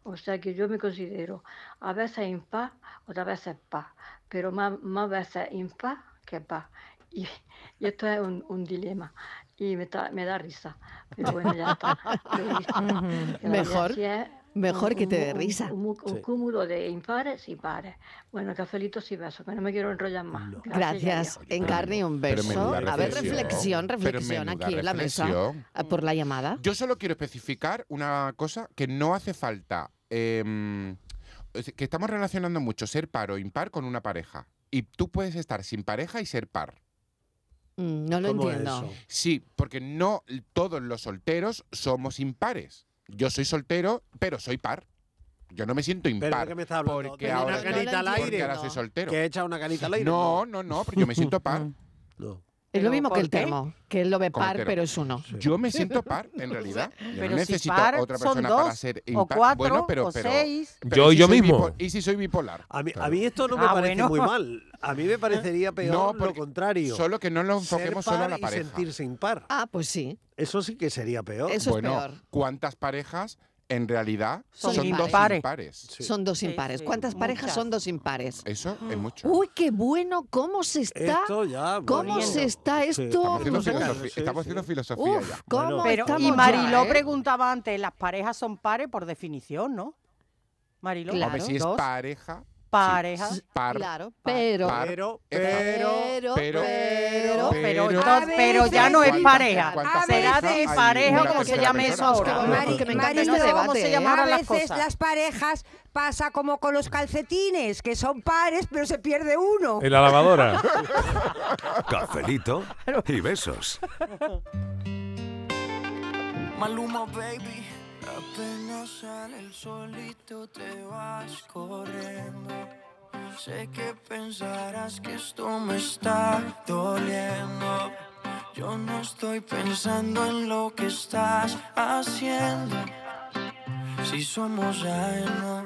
O sea que yo me considero a veces impar, otras veces paz, pero más, más veces impar que paz. Y, y esto es un, un dilema y me, está- me da risa. Pero bueno, ya está. lo he visto. Ujú. Que la Mejor- vida sí es mejor que te dé mu- risa. Un, mu- un Sí. cúmulo de impares y pares. Bueno, cafelitos y besos, que no me quiero enrollar más. y Gracias. adiós. Encarne un Pero beso. menuda A ver, reflexión. reflexión, Pero reflexión menuda aquí en la mesa. reflexión. Ah, Por la llamada. Yo solo quiero especificar una cosa que no hace falta. eh, es que estamos relacionando mucho ser par o impar con una pareja. Y tú puedes estar sin pareja y ser par. Mm, No lo entiendo. Sí, porque no todos los solteros somos impares. Yo soy soltero, pero soy par. Yo no me siento impar. ¿Pero de qué me estás hablando? Porque ¿De una ahora, canita al aire? porque ahora soy soltero. ¿Que he echado una canita al aire? No, no, no, pero yo me siento par. Es lo mismo que el ¿por qué? termo, que él lo ve Como par, entero. pero es uno. Yo me siento par, en realidad. Yo no Pero si necesito par otra son persona dos, para ser o impar. cuatro, bueno, pero, o pero- seis. pero Yo- ¿y si yo soy mismo. bipo- ¿Y si soy bipolar? A mí, a mí esto no me Ah, parece bueno. muy mal. A mí me parecería peor No, lo porque- contrario. solo que no lo Ser enfoquemos solo a par la y pareja. sentirse impar. Ah, pues sí. Eso sí que sería peor. bueno, ¿cuántas parejas en realidad Son son, impares. dos impares? Son dos impares. ¿Cuántas parejas Muchas. son dos impares? Eso es mucho. Uy, qué bueno, cómo se está. Esto ya, ¿Cómo bueno. se está Sí. esto? Estamos haciendo, Sí, filosofi- sí, estamos sí. haciendo filosofía Uf, ya. ¿cómo Pero, estamos y ya, Mariló eh? preguntaba antes, ¿las parejas son pares por definición, no? Mariló. Hombre, si es Dos. pareja. sí. Pareja. Par, Claro, par, pero- par, Pero, es par. pero, pero, pero, pero, pero- entonces- pero ya no es ¿Cuántas- pareja. cuántas Será parejas de hay pareja o una como se tercera llame eso persona? ahora. Mari, que me Mari, encanta este no sé debate, ¿eh? llamaban A las veces cosas. las las parejas pasa como con los calcetines, que son pares, pero se pierde uno. En la lavadora. Cafelito y besos. Maluma, baby. Apenas sale el solito te vas corriendo. Sé que pensarás que esto me está doliendo. Yo no estoy pensando en lo que estás haciendo. Si somos ajenos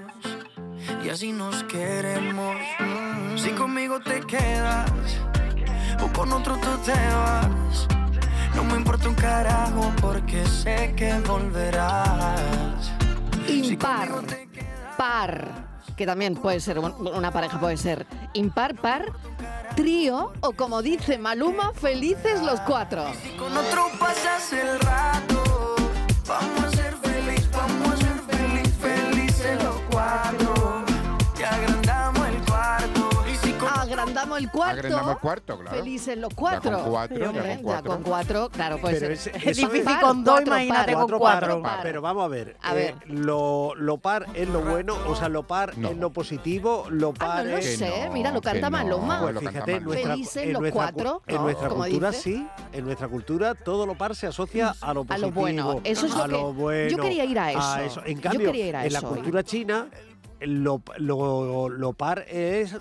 y así nos queremos. Mm. Si conmigo te quedas o con otro tú te vas. No me importa un carajo porque sé que volverás. Impar, par, que también puede ser, un- una pareja puede ser impar, par, trío o como dice Maluma, felices los cuatro. Con otro pasas el rato. Vamos a ser feliz, vamos a ser feliz, felices los cuatro. Te agrandamos el cuarto. Y si con Agrandamos el cuarto. Agrandamos el cuarto, claro. Felices los Ya cuatro. con cuatro, ya Hombre, con cuatro. cuatro, claro, pues, eh, puede Pero ser. es- eso Par, cuatro, par. par. Pero vamos a ver. A eh, ver. Lo, lo par es lo bueno, o sea, lo par es lo positivo, lo par Ah, no lo es. sé, Que mira, lo no, canta que no, Maluma. Pues lo canta fíjate, en Maluma. nuestra, Felices en los nuestra cu- cuatro, en ¿no? nuestra Como cultura dice. sí. En nuestra cultura todo lo par se asocia a lo positivo. A lo bueno, eso es lo a que- yo bueno, quería ir a eso. En Yo cambio, quería ir a en la eso. cultura china. Lo, lo- lo par es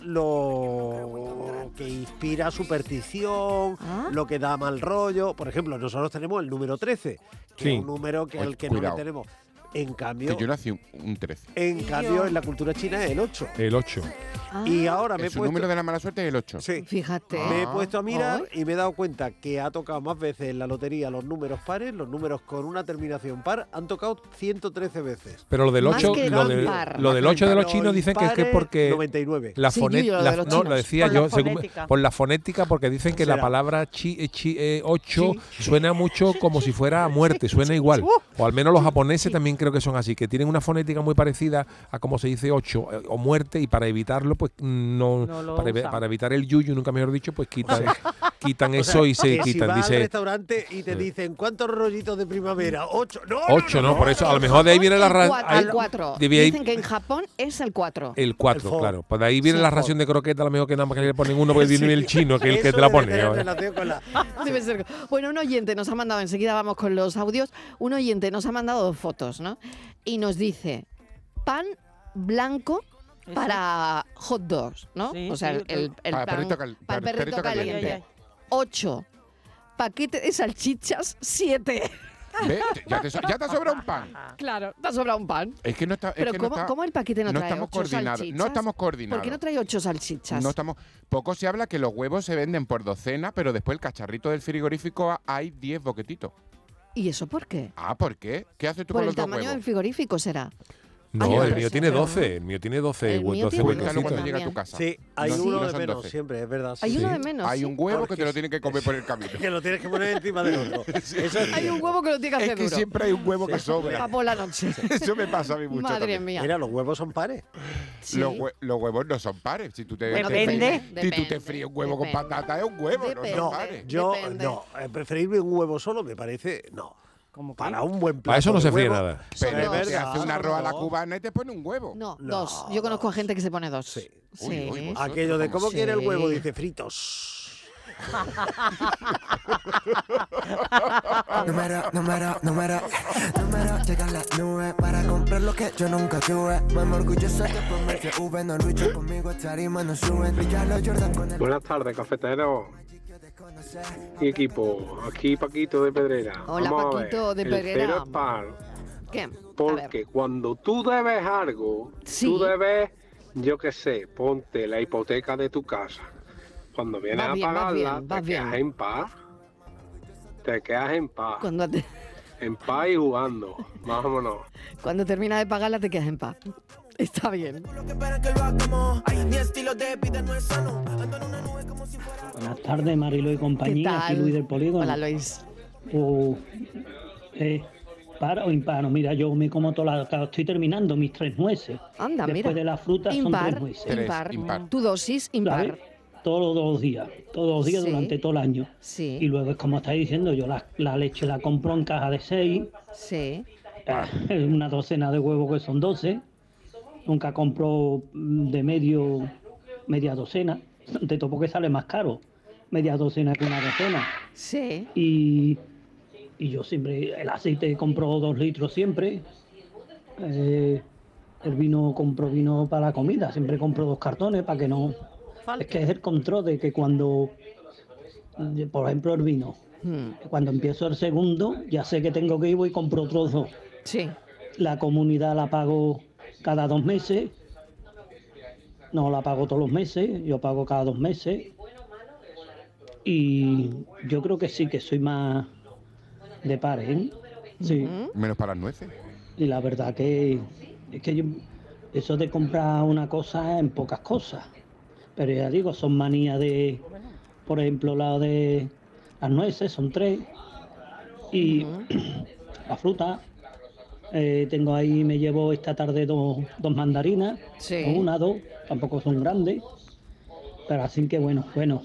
lo que inspira superstición, lo que da mal rollo. Por ejemplo, nosotros tenemos el número 13, que Sí. es un número que Oye, el que no cuidado. le tenemos. En Que cambio, yo nací un, un 13. en cambio, en la cultura china es el 8. El 8. Ah. Y ahora El me he su puesto. número de la mala suerte es el 8. Sí. Fíjate. Me he puesto a mirar Ay. y me he dado cuenta que ha tocado más veces en la lotería los números pares, los números con una terminación par, han tocado 113 veces. Pero lo del Más 8, que lo, de- impar. lo del 8 de los Lo chinos dicen que es que impar es porque 99. la Sí, fonética, Yuyo, lo de los no, lo chinos. decía Por la yo, según- fonética. por la fonética porque dicen que la Será. palabra chi, eh, chi- eh, 8 suena mucho como si fuera a muerte, suena igual. O al menos los japoneses también creo que son así, que tienen una fonética muy parecida a como se dice ocho eh, o muerte y para evitarlo, pues no, No lo para, evi- usan. para evitar el yuyu, nunca mejor dicho, pues quitan, sea, quitan O sea, eso y se que si quitan. vas al dice restaurante y te Sí. dicen, ¿cuántos rollitos de primavera? ¿Ocho? No, no, ocho, ¿no? Por eso, a lo mejor de ahí viene la ra- ahí- El 4. de ahí- Dicen que en Japón es el 4. El 4, claro. Pues de ahí viene Sí, la el ración de croqueta, a lo mejor que nada más que le ponen uno, porque Sí. viene el chino, que es el que Eso te la debe pone. tener ¿no? relación con la- Debe ser. Bueno, un oyente nos ha mandado, enseguida vamos con los audios, un oyente nos ha mandado dos fotos, ¿no? Y nos dice, pan blanco para hot dogs, ¿no? Sí, o sea, sí, el, el para pan, perrito cal- pan para perrito perrito caliente. caliente. Ocho. Paquete de salchichas, siete. Ve, te- Ya te, so- ya te sobra un pan. Claro, te ha sobrado un pan. Es que no está. es Pero que no ¿cómo, está- cómo el paquete no, no trae estamos ocho coordinados, no salchichas? estamos ¿Por coordinados. qué no trae ocho salchichas? No estamos. Poco se habla que los huevos se venden por docena, pero después el cacharrito del frigorífico a- hay 10 boquetitos. ¿Y eso por qué? Ah, ¿por qué? ¿Qué haces tú Por con el los dos tamaño huevos? del frigorífico será. Ay, No, no, el pero mío sí, tiene pero- 12, el mío tiene 12, El hue- mío 12 tiene huecos. Cuéntalo cuando llega a tu también. casa. Sí, hay No, uno no de son menos 12. siempre, es verdad. Hay uno de menos, Ah, Hay sí. un huevo que Porque te lo tienen que comer por el camino. Que lo tienes que poner encima del otro. Eso es Hay un cierto. huevo que lo tiene que Es hacer que duro. siempre hay un huevo que Pa' sobra. por la noche. Eso me pasa a mí mucho. Madre también. mía. Mira, los huevos son pares. Los, hue- los huevos no son pares. Si tú te, te Depende. fríes- si tú te fríes un huevo con Depende. patata, es un huevo, no No, son pares. yo depende. no. eh, Preferirme un huevo solo me parece. No. Para un buen plato. Para eso no de se fríe huevo, nada. Pero Pero es te hace verdad. una arroz a la Ah, No. cubana y te pone un huevo. No, dos. Yo conozco a gente que se pone dos. Sí. Uy, uy, vosotros, Aquello de vamos. cómo quiere el huevo, Sí. dice fritos. Número, número, número, número, llegan las nubes para comprar lo que yo nunca tuve. Mami orgullosa que por mi CV no lucho conmigo, tarima no suben. Brillar los Jordan con el Buenas tardes, cafetero y equipo. Aquí Paquito de Pedrera. Hola, Vamos a Paquito ver, de el Pedrera. cero es par, ¿Qué? A ver. porque cuando tú debes algo, Sí. tú debes, yo qué sé, ponte la hipoteca de tu casa. Cuando vienes Vas a bien, vas pagarla, bien, te vas quedas bien. en paz. Te quedas en paz. Cuando, te- En paz y jugando. Vámonos. cuando terminas de pagarla te quedas en paz. Está bien. Buenas tardes, Marilo y ¿Qué compañía. tal? Aquí Luis del Polígono. Hola, Luis. Uh, eh, ¿Par o impar? No, Mira, yo me como todas las... Estoy terminando mis tres nueces. Anda, Después mira. de las frutas son impar, tres nueces. impar, Tu dosis, ¿Sabes? impar. Todos los días. Todos los días Sí. durante todo el año. Sí. Y luego es como estáis diciendo, yo la, la leche la compro en caja de seis. Ah, Sí. Una docena de huevos que son doce. Nunca compro mm, de medio, media docena. De todo porque sale más caro. Media docena que una docena. Sí. Y, y yo siempre, el aceite compro dos litros siempre. Eh, el vino compro vino para la comida, siempre compro dos cartones para que no. Es que es el control de que cuando, eh, por ejemplo, el vino, Hmm. cuando empiezo el segundo, ya sé que tengo que ir voy y compro otros dos. Sí. La comunidad la pago cada dos meses. No la pago todos los meses, yo pago cada dos meses. Y yo creo que sí, que soy más de pares, ¿eh? Sí. Menos para las nueces. Y la verdad que es que yo- eso de comprar una cosa en pocas cosas. Pero ya digo, son manías de, por ejemplo, la de las nueces, son tres. Y la fruta. Eh, tengo ahí, me llevo esta tarde dos, dos mandarinas. Sí. o Una, dos, tampoco son grandes. Pero así que bueno, bueno,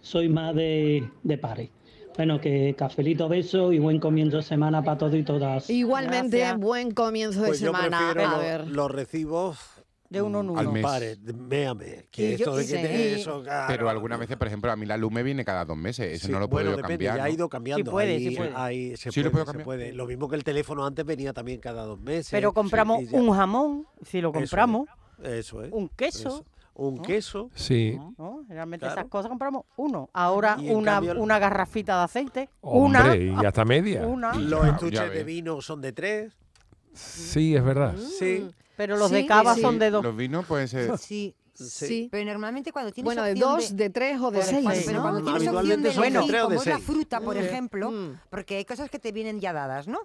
soy más de, de pares. Bueno, que cafelito, beso y buen comienzo de semana para todos y todas. Igualmente, buen comienzo de Pues yo semana. prefiero A lo- ver. los recibos de uno en uno. Al mes. Pares, de- véame. Y Que yo- esto de y que sí. te- eso, claro. Pero algunas veces, por ejemplo, a mí la luz me viene cada dos meses. Eso Sí, no lo puedo yo bueno, depende, cambiar. ya ha ¿no? ido cambiando. Sí puede, sí ahí- puede. ahí se Sí, lo puede, puedo se cambiar. puede. Lo mismo que el teléfono antes venía también cada dos meses. Pero compramos y ya- un jamón, si lo Eso es, compramos, Eso es. un queso. eso. Un ¿no? queso. Sí. ¿no? Realmente Claro. esas cosas compramos uno. Ahora Y en una, cambio- una garrafita de aceite, Oh, Hombre, una. y hasta media. Una. Y Los ya- estuches ya de ves. vino son de tres. Sí, es verdad. Sí. Mm, Pero los Sí, de cava sí. son de dos. Los vinos pueden ser. Sí. Sí. Pero normalmente cuando tienes Bueno, de opción dos, de tres o de Por seis, ejemplo, Pero ¿no? cuando tienes opción Habitualmente de son de elegir, tres o como de es la seis. fruta, por Mm. ejemplo, Mm. porque hay cosas que te vienen ya dadas, ¿no?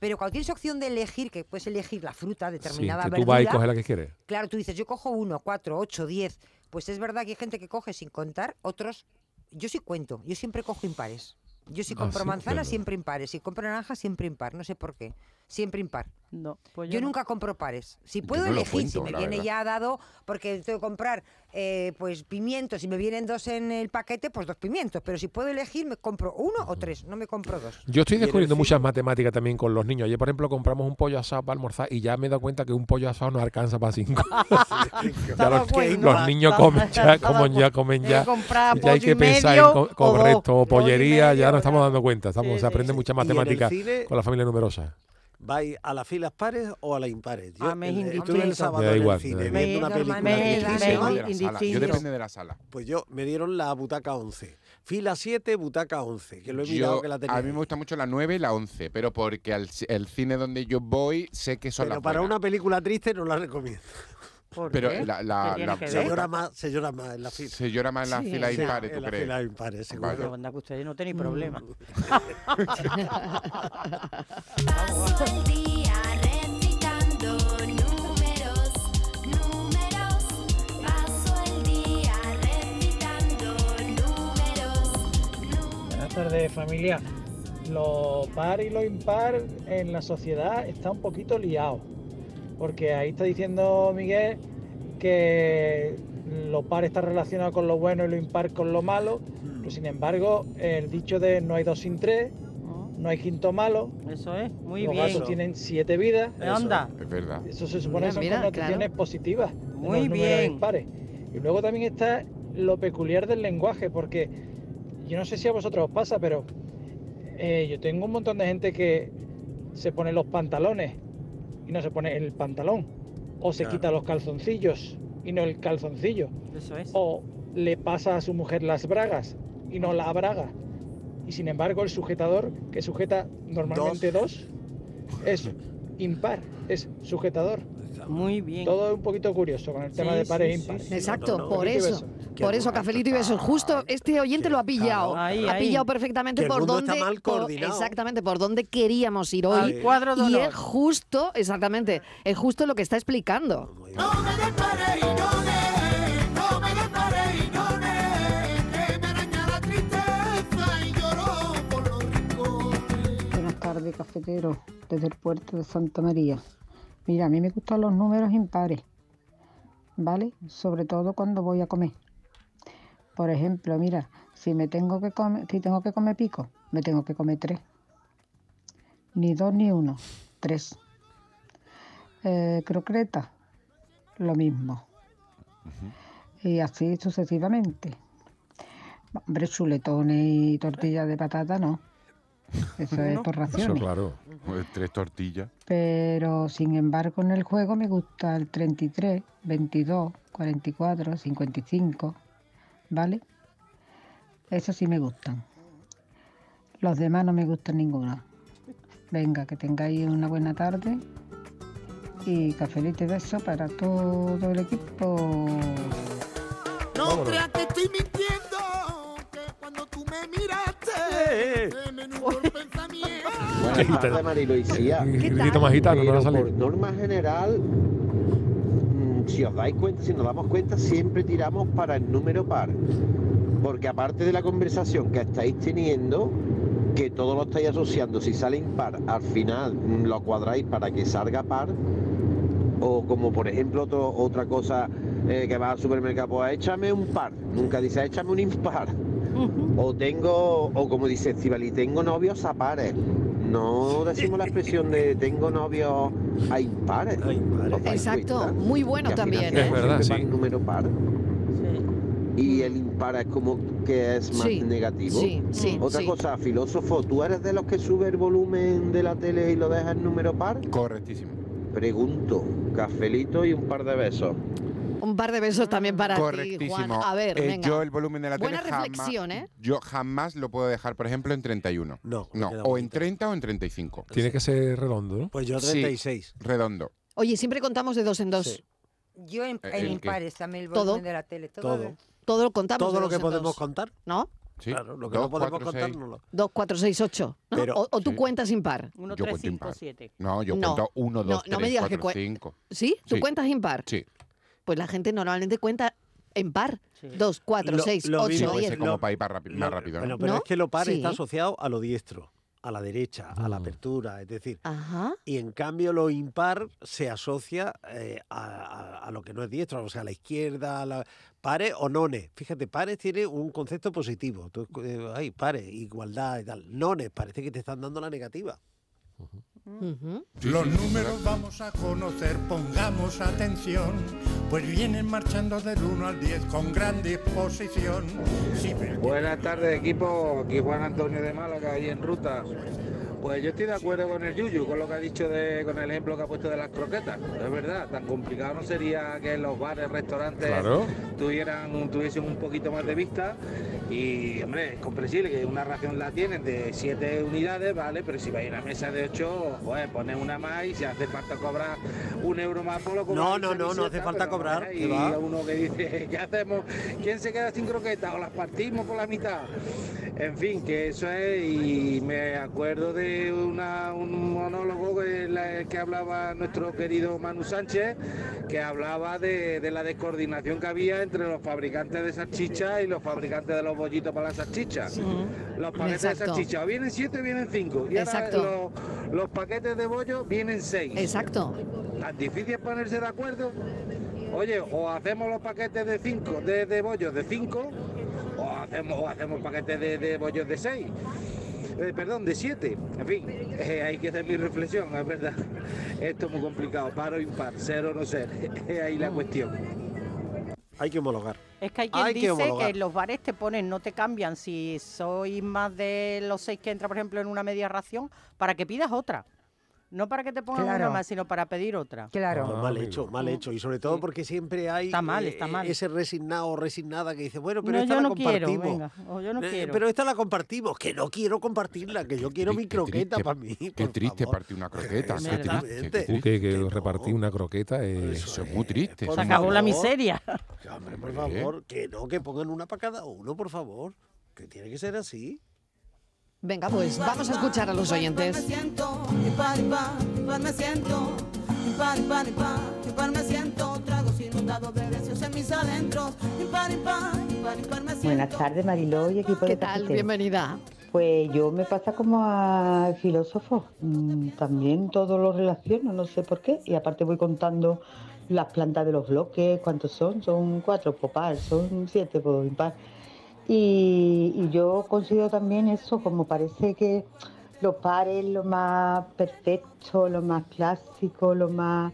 Pero cuando tienes opción de elegir, que puedes elegir la fruta, Sí, determinada que tú verdura, vas y coges la que quieres. claro, tú dices, yo cojo uno, cuatro, ocho, diez. Pues es verdad que hay gente que coge sin contar, otros... Yo sí cuento, yo siempre cojo impares. Yo si Ah, compro sí, manzana, claro. siempre impares. Si compro naranja, siempre impar. No sé por qué. siempre impar. No, pues yo yo no. nunca compro pares. Si Yo puedo no lo elegir, si cuento, me la viene verdad. ya dado, porque tengo que comprar eh, pues pimientos, si me vienen dos en el paquete, pues dos pimientos. Pero si puedo elegir, me compro uno o tres, no me compro dos. Yo estoy descubriendo muchas matemáticas también con los niños. Ayer, por ejemplo, compramos un pollo asado para almorzar y ya me he dado cuenta que un pollo asado no alcanza para cinco. ya Estaba los, bueno. los niños Estaba- comen ya, estaba como ya bueno. comen Hay ya. que comprar Ya hay pollo que y pensar medio en co- o correcto, dos. pollería, ya nos estamos dando cuenta. Estamos, se aprende mucha ¿Y en el matemática cine? con la familia numerosa. ¿Vais a las filas pares o a las impares? Yo Ah, me es el- indistinto. estuve el sábado Me da en igual, me da el cine igual. viendo una Me es película. normal, me que es se llama- indistinto. De la sala. Yo depende de la sala. Pues yo me dieron la butaca 11. Fila 7, butaca 11, que lo he mirado Yo- que la tenía. a mí me gusta mucho la 9 y la 11, pero porque al ci- el cine donde yo voy sé que son Pero las para buenas. una película triste no la recomiendo. Pero qué? la- la- ¿Qué tiene la- que se, ver? llora más, se llora más en la fila. Se llora más en la Sí, fila sí, impares, ¿tú en la crees? fila impares, seguro. Vale. Pero anda que ustedes no tenéis problema. Paso el día recitando números, números. Paso el día recitando números. Buenas tardes, familia. Lo par y lo impar en la sociedad está un poquito liado. Porque ahí está diciendo Miguel que lo par está relacionado con lo bueno y lo impar con lo malo. Mm. Pero sin embargo, el dicho de no hay dos sin tres, no hay quinto malo. Eso es, Oh. Eh, muy los bien. gatos tienen siete vidas. Eso. Anda. Es verdad. Eso se supone Mira, que son mira, connotaciones positivas. de Muy los números bien. impares. Y luego también está lo peculiar del lenguaje, porque yo no sé si a vosotros os pasa, pero eh, yo tengo un montón de gente que se pone los pantalones y no se pone el pantalón, o se Claro. quita los calzoncillos y no el calzoncillo, Eso es. o le pasa a su mujer las bragas y no la braga. Y sin embargo, el sujetador que sujeta normalmente dos, es impar, es sujetador. Muy bien. Todo es un poquito curioso con el tema Sí, de pares e sí, sí, impares. Exacto, por eso. Por eso, cafelito y Ah, besos. Justo este oyente lo ha pillado. Ahí, ha ahí. pillado perfectamente Que el por mundo dónde. está mal por- coordinado. exactamente, por dónde queríamos ir Al hoy. cuadro de y honor. es justo, exactamente, es justo lo que está explicando. No me dejaré y lloré, que me araña la tristeza y lloró por los rincones. Buenas tardes, cafetero, desde el puerto de Santa María. Mira, a mí me gustan los números impares, ¿vale? Sobre todo cuando voy a comer. Por ejemplo, mira, si me tengo que comer, si tengo que comer pico, me tengo que comer tres. Ni dos ni uno, tres. Eh, croqueta, lo mismo. Y así sucesivamente. Hombre, chuletones y tortillas de patata, no. Eso es por Eso, raciones. claro. Eh, Tres tortillas. Pero sin embargo en el juego me gusta el 33, 22, 44, 55, ¿vale? Eso sí me gustan. Los demás no me gustan ninguno. Venga, que tengáis una buena tarde y cafelito y beso para todo el equipo. No creas que estoy mintiendo, que cuando tú me miraste, se me nubló el pensamiento. Buenas tardes, Grito más gitano, no va a Pero salir. por norma general, mm, si os dais cuenta, si nos damos cuenta, siempre tiramos para el número par. Porque aparte de la conversación que estáis teniendo, que todo lo estáis asociando, si sale impar, al final mm, lo cuadráis para que salga par. O como por ejemplo otro- otra cosa eh, que va al supermercado, pues échame un par. Nunca dice échame un impar. O tengo, o como dice Estivali, tengo novios a pares. No decimos la expresión de tengo novios a impares. Pues, Exacto, muy bueno también. ¿eh? Es verdad, sí. Este número par. Y el impar es como que es más Sí, negativo. sí, sí, Otra sí. cosa, filósofo, ¿tú eres de los que sube el volumen de la tele y lo deja en número par? Correctísimo. Pregunto, cafelito y un par de besos. Un par de besos también para ti, Juan. Correctísimo. A ver, Eh, venga. Yo el volumen de la Buena tele jamás- reflexión, ¿eh? Yo jamás lo puedo dejar, por ejemplo, en 31. No. No, queda o en 30 o en 35. Tiene que ser redondo, ¿no? Pues yo Sí, 36. redondo. Oye, siempre contamos de dos en dos. Yo en, Eh, ¿El en qué? impares también el Todo. volumen de la tele. Todo. Todo. Todo lo contamos. Todo de lo dos que en dos. podemos contar. ¿No? Claro, lo que Dos, no podemos cuatro, contar seis. no lo. 2, 4, 6, 8. ¿no? Pero- o, o tú Sí. cuentas impar. Yo cuento impar. No, yo cuento 1, No, 2, no me 3, digas que 4, cuen- 5. ¿Sí? ¿Tú cuentas impar? Sí. Pues la gente normalmente cuenta en par. 2, 4, Lo- 6, lo 8, mismo, Puede 10. ser como para ir para rápido- más rápido. Bueno, ¿no? pero es que lo par Sí. está asociado a lo diestro. a la derecha, a Ah. la apertura, es decir. Ajá. Y en cambio lo impar se asocia eh, a, a- a lo que no es diestro, o sea, a la izquierda, a la... pares o nones. Fíjate, pares tiene un concepto positivo. Tú, eh, ay, pares, igualdad y tal. Nones, parece que te están dando la negativa. Los números vamos a conocer, pongamos atención, pues vienen marchando del 1 al 10 con gran disposición. Si me- Buenas tardes, equipo. Aquí Juan Antonio de Málaga, ahí en ruta. Pues yo estoy de acuerdo con el Yuyu, con lo que ha dicho, de, con el ejemplo que ha puesto de las croquetas. Es verdad, tan complicado no sería que los bares, restaurantes Claro. tuvieran, tuviesen un poquito más de vista. Y, hombre, es comprensible que una ración la tienen de 7 unidades, ¿vale? Pero si vais a una mesa de 8, pues pones una más y si hace falta cobrar un euro más, por lo No, no, no, no hace falta cobrar, Y que va. uno que dice, ¿qué hacemos? ¿Quién se queda sin croquetas? ¿O las partimos por la mitad? En fin, que eso es, y me acuerdo de una- un monólogo que, la- que hablaba nuestro querido Manu Sánchez, que hablaba de, de la descoordinación que había entre los fabricantes de salchichas y los fabricantes de los bollitos para las salchichas. Los paquetes de Exacto. salchichas, o vienen siete, o vienen cinco. Y Exacto. ahora los, los paquetes de bollo vienen seis. Exacto. Tan difícil es ponerse de acuerdo. Oye, o hacemos los paquetes de 5, de, de bollos de 5, o hacemos, o hacemos paquetes de, de bollos de 6, perdón, de 7. En fin, eh, hay que hacer mi reflexión, es verdad. Esto es muy complicado, paro impar, ser o no ser. Es ahí la cuestión. Hay que homologar. Es que hay quien Hay que dice que, homologar. en los bares te ponen, no te cambian. Si sois más de los seis que entra, por ejemplo, en una media ración, para que pidas otra. No para que te pongan Claro. una más, sino para pedir otra. No, Ah, mal hecho, mal hecho. Y sobre todo porque siempre hay Mm. eh, Está mal, está mal. ese resignado o resignada que dice, bueno, pero No, esta yo la no quiero, compartimos. venga, o yo no Eh, quiero. Pero esta la compartimos, que no quiero compartirla, que yo quiero mi croqueta triste, para mí. Qué triste partir una croqueta. qué ¿Verdad? triste, qué Evidente. Tú que, que repartí una croqueta. eh, Eso es muy triste. Por favor. Que, hombre, por Hombre. favor, que no, que pongan una para cada uno, por favor. Que tiene que ser así. Venga, pues vamos a escuchar a los oyentes. siento, impar, impar, impar me siento, impar, impar, impar, impar me siento, tragos inundados de deseos en mis adentros, impar, impar, impar, impar me siento. Buenas tardes, Mariló y equipo de ¿Qué tal? Cafetero. Bienvenida. Pues yo me pasa como al filósofo, mm, también todo lo relaciono, no sé por qué, y aparte voy contando las plantas de los bloques, cuántos son, son cuatro por par, son siete por impar. Y, y yo considero también eso, como parece que los pares, lo más perfecto, lo más clásico, lo más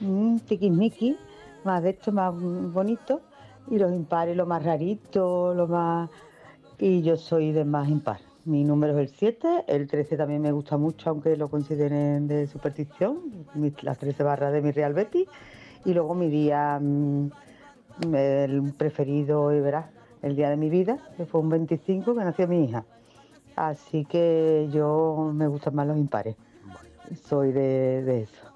mm, tiquismiqui, más de esto, más mm, bonito, y los impares, lo más rarito, lo más y yo soy de más impar. Mi número es el 7, el 13 también me gusta mucho, aunque lo consideren de superstición, mis- las 13 barras de mi Real Betis. Y luego mi día mm, el preferido, y verás, el día de mi vida, que fue un 25 que nació mi hija. Así que yo me gustan más los impares. Soy de, de eso.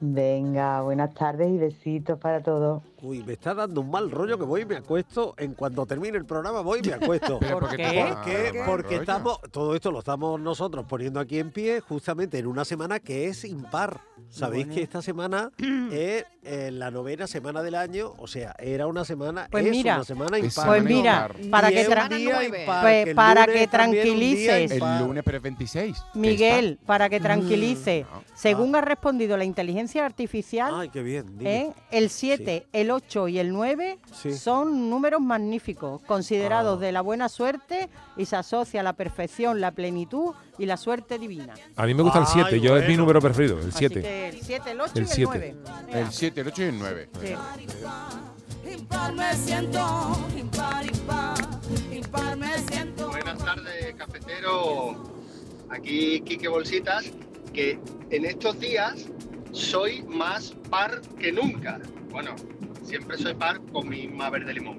Venga, buenas tardes y besitos para todos. Uy, me está dando un mal rollo que voy y me acuesto. En cuanto termine el programa voy y me acuesto. Pero ¿por qué te ¿Por da qué? mal Porque rollo? estamos, todo esto lo estamos nosotros poniendo aquí en pie justamente en una semana que es impar. Sabéis Bueno. que esta semana es eh, la novena semana del año, o sea, era una semana, Pues es mira, una semana pues impar. mira, para Y que es un tra- día Semana impar, nueve. el pues Para lunes que también un día tranquilices. impar. El lunes, pero es 26. que está. Mm, Miguel, para que tranquilice. Según ha respondido la inteligencia artificial, Mm, Ah. Ay, qué bien, dime. ¿eh? el 7, el 8 y el 9 Sí. son números magníficos, Ah. considerados de la buena suerte y se asocia a la perfección, la plenitud y la suerte divina. A mí me gusta el Ah, Ay, 7, yo es mi bueno. número preferido, el Así 7. que el 7, el 8 El y el siete. 9. El 7, el 8 y el 9. Impar me siento, impar, impar, impar me siento. Buenas tardes, cafetero. Aquí Quique Bolsitas, que en estos días soy más par que nunca. Bueno, siempre soy par con mi maver de limón.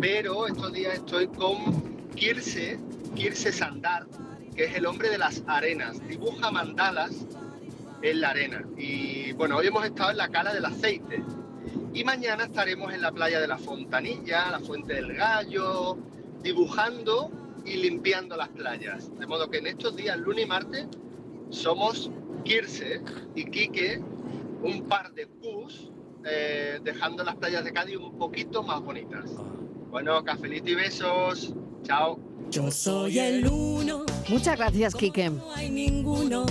Pero estos días estoy con Kirse, Kirse Sandar, que es el hombre de las arenas. Dibuja mandalas en la arena. Y bueno, hoy hemos estado en la cala del aceite. Y mañana estaremos en la playa de la Fontanilla, la Fuente del Gallo, dibujando y limpiando las playas. De modo que en estos días, lunes y martes, somos Kirse y Quique, un par de Qs, eh, dejando las playas de Cádiz un poquito más bonitas. Bueno, cafelito y besos. Chao. Yo soy el uno. Muchas gracias, Quique. hay ninguno.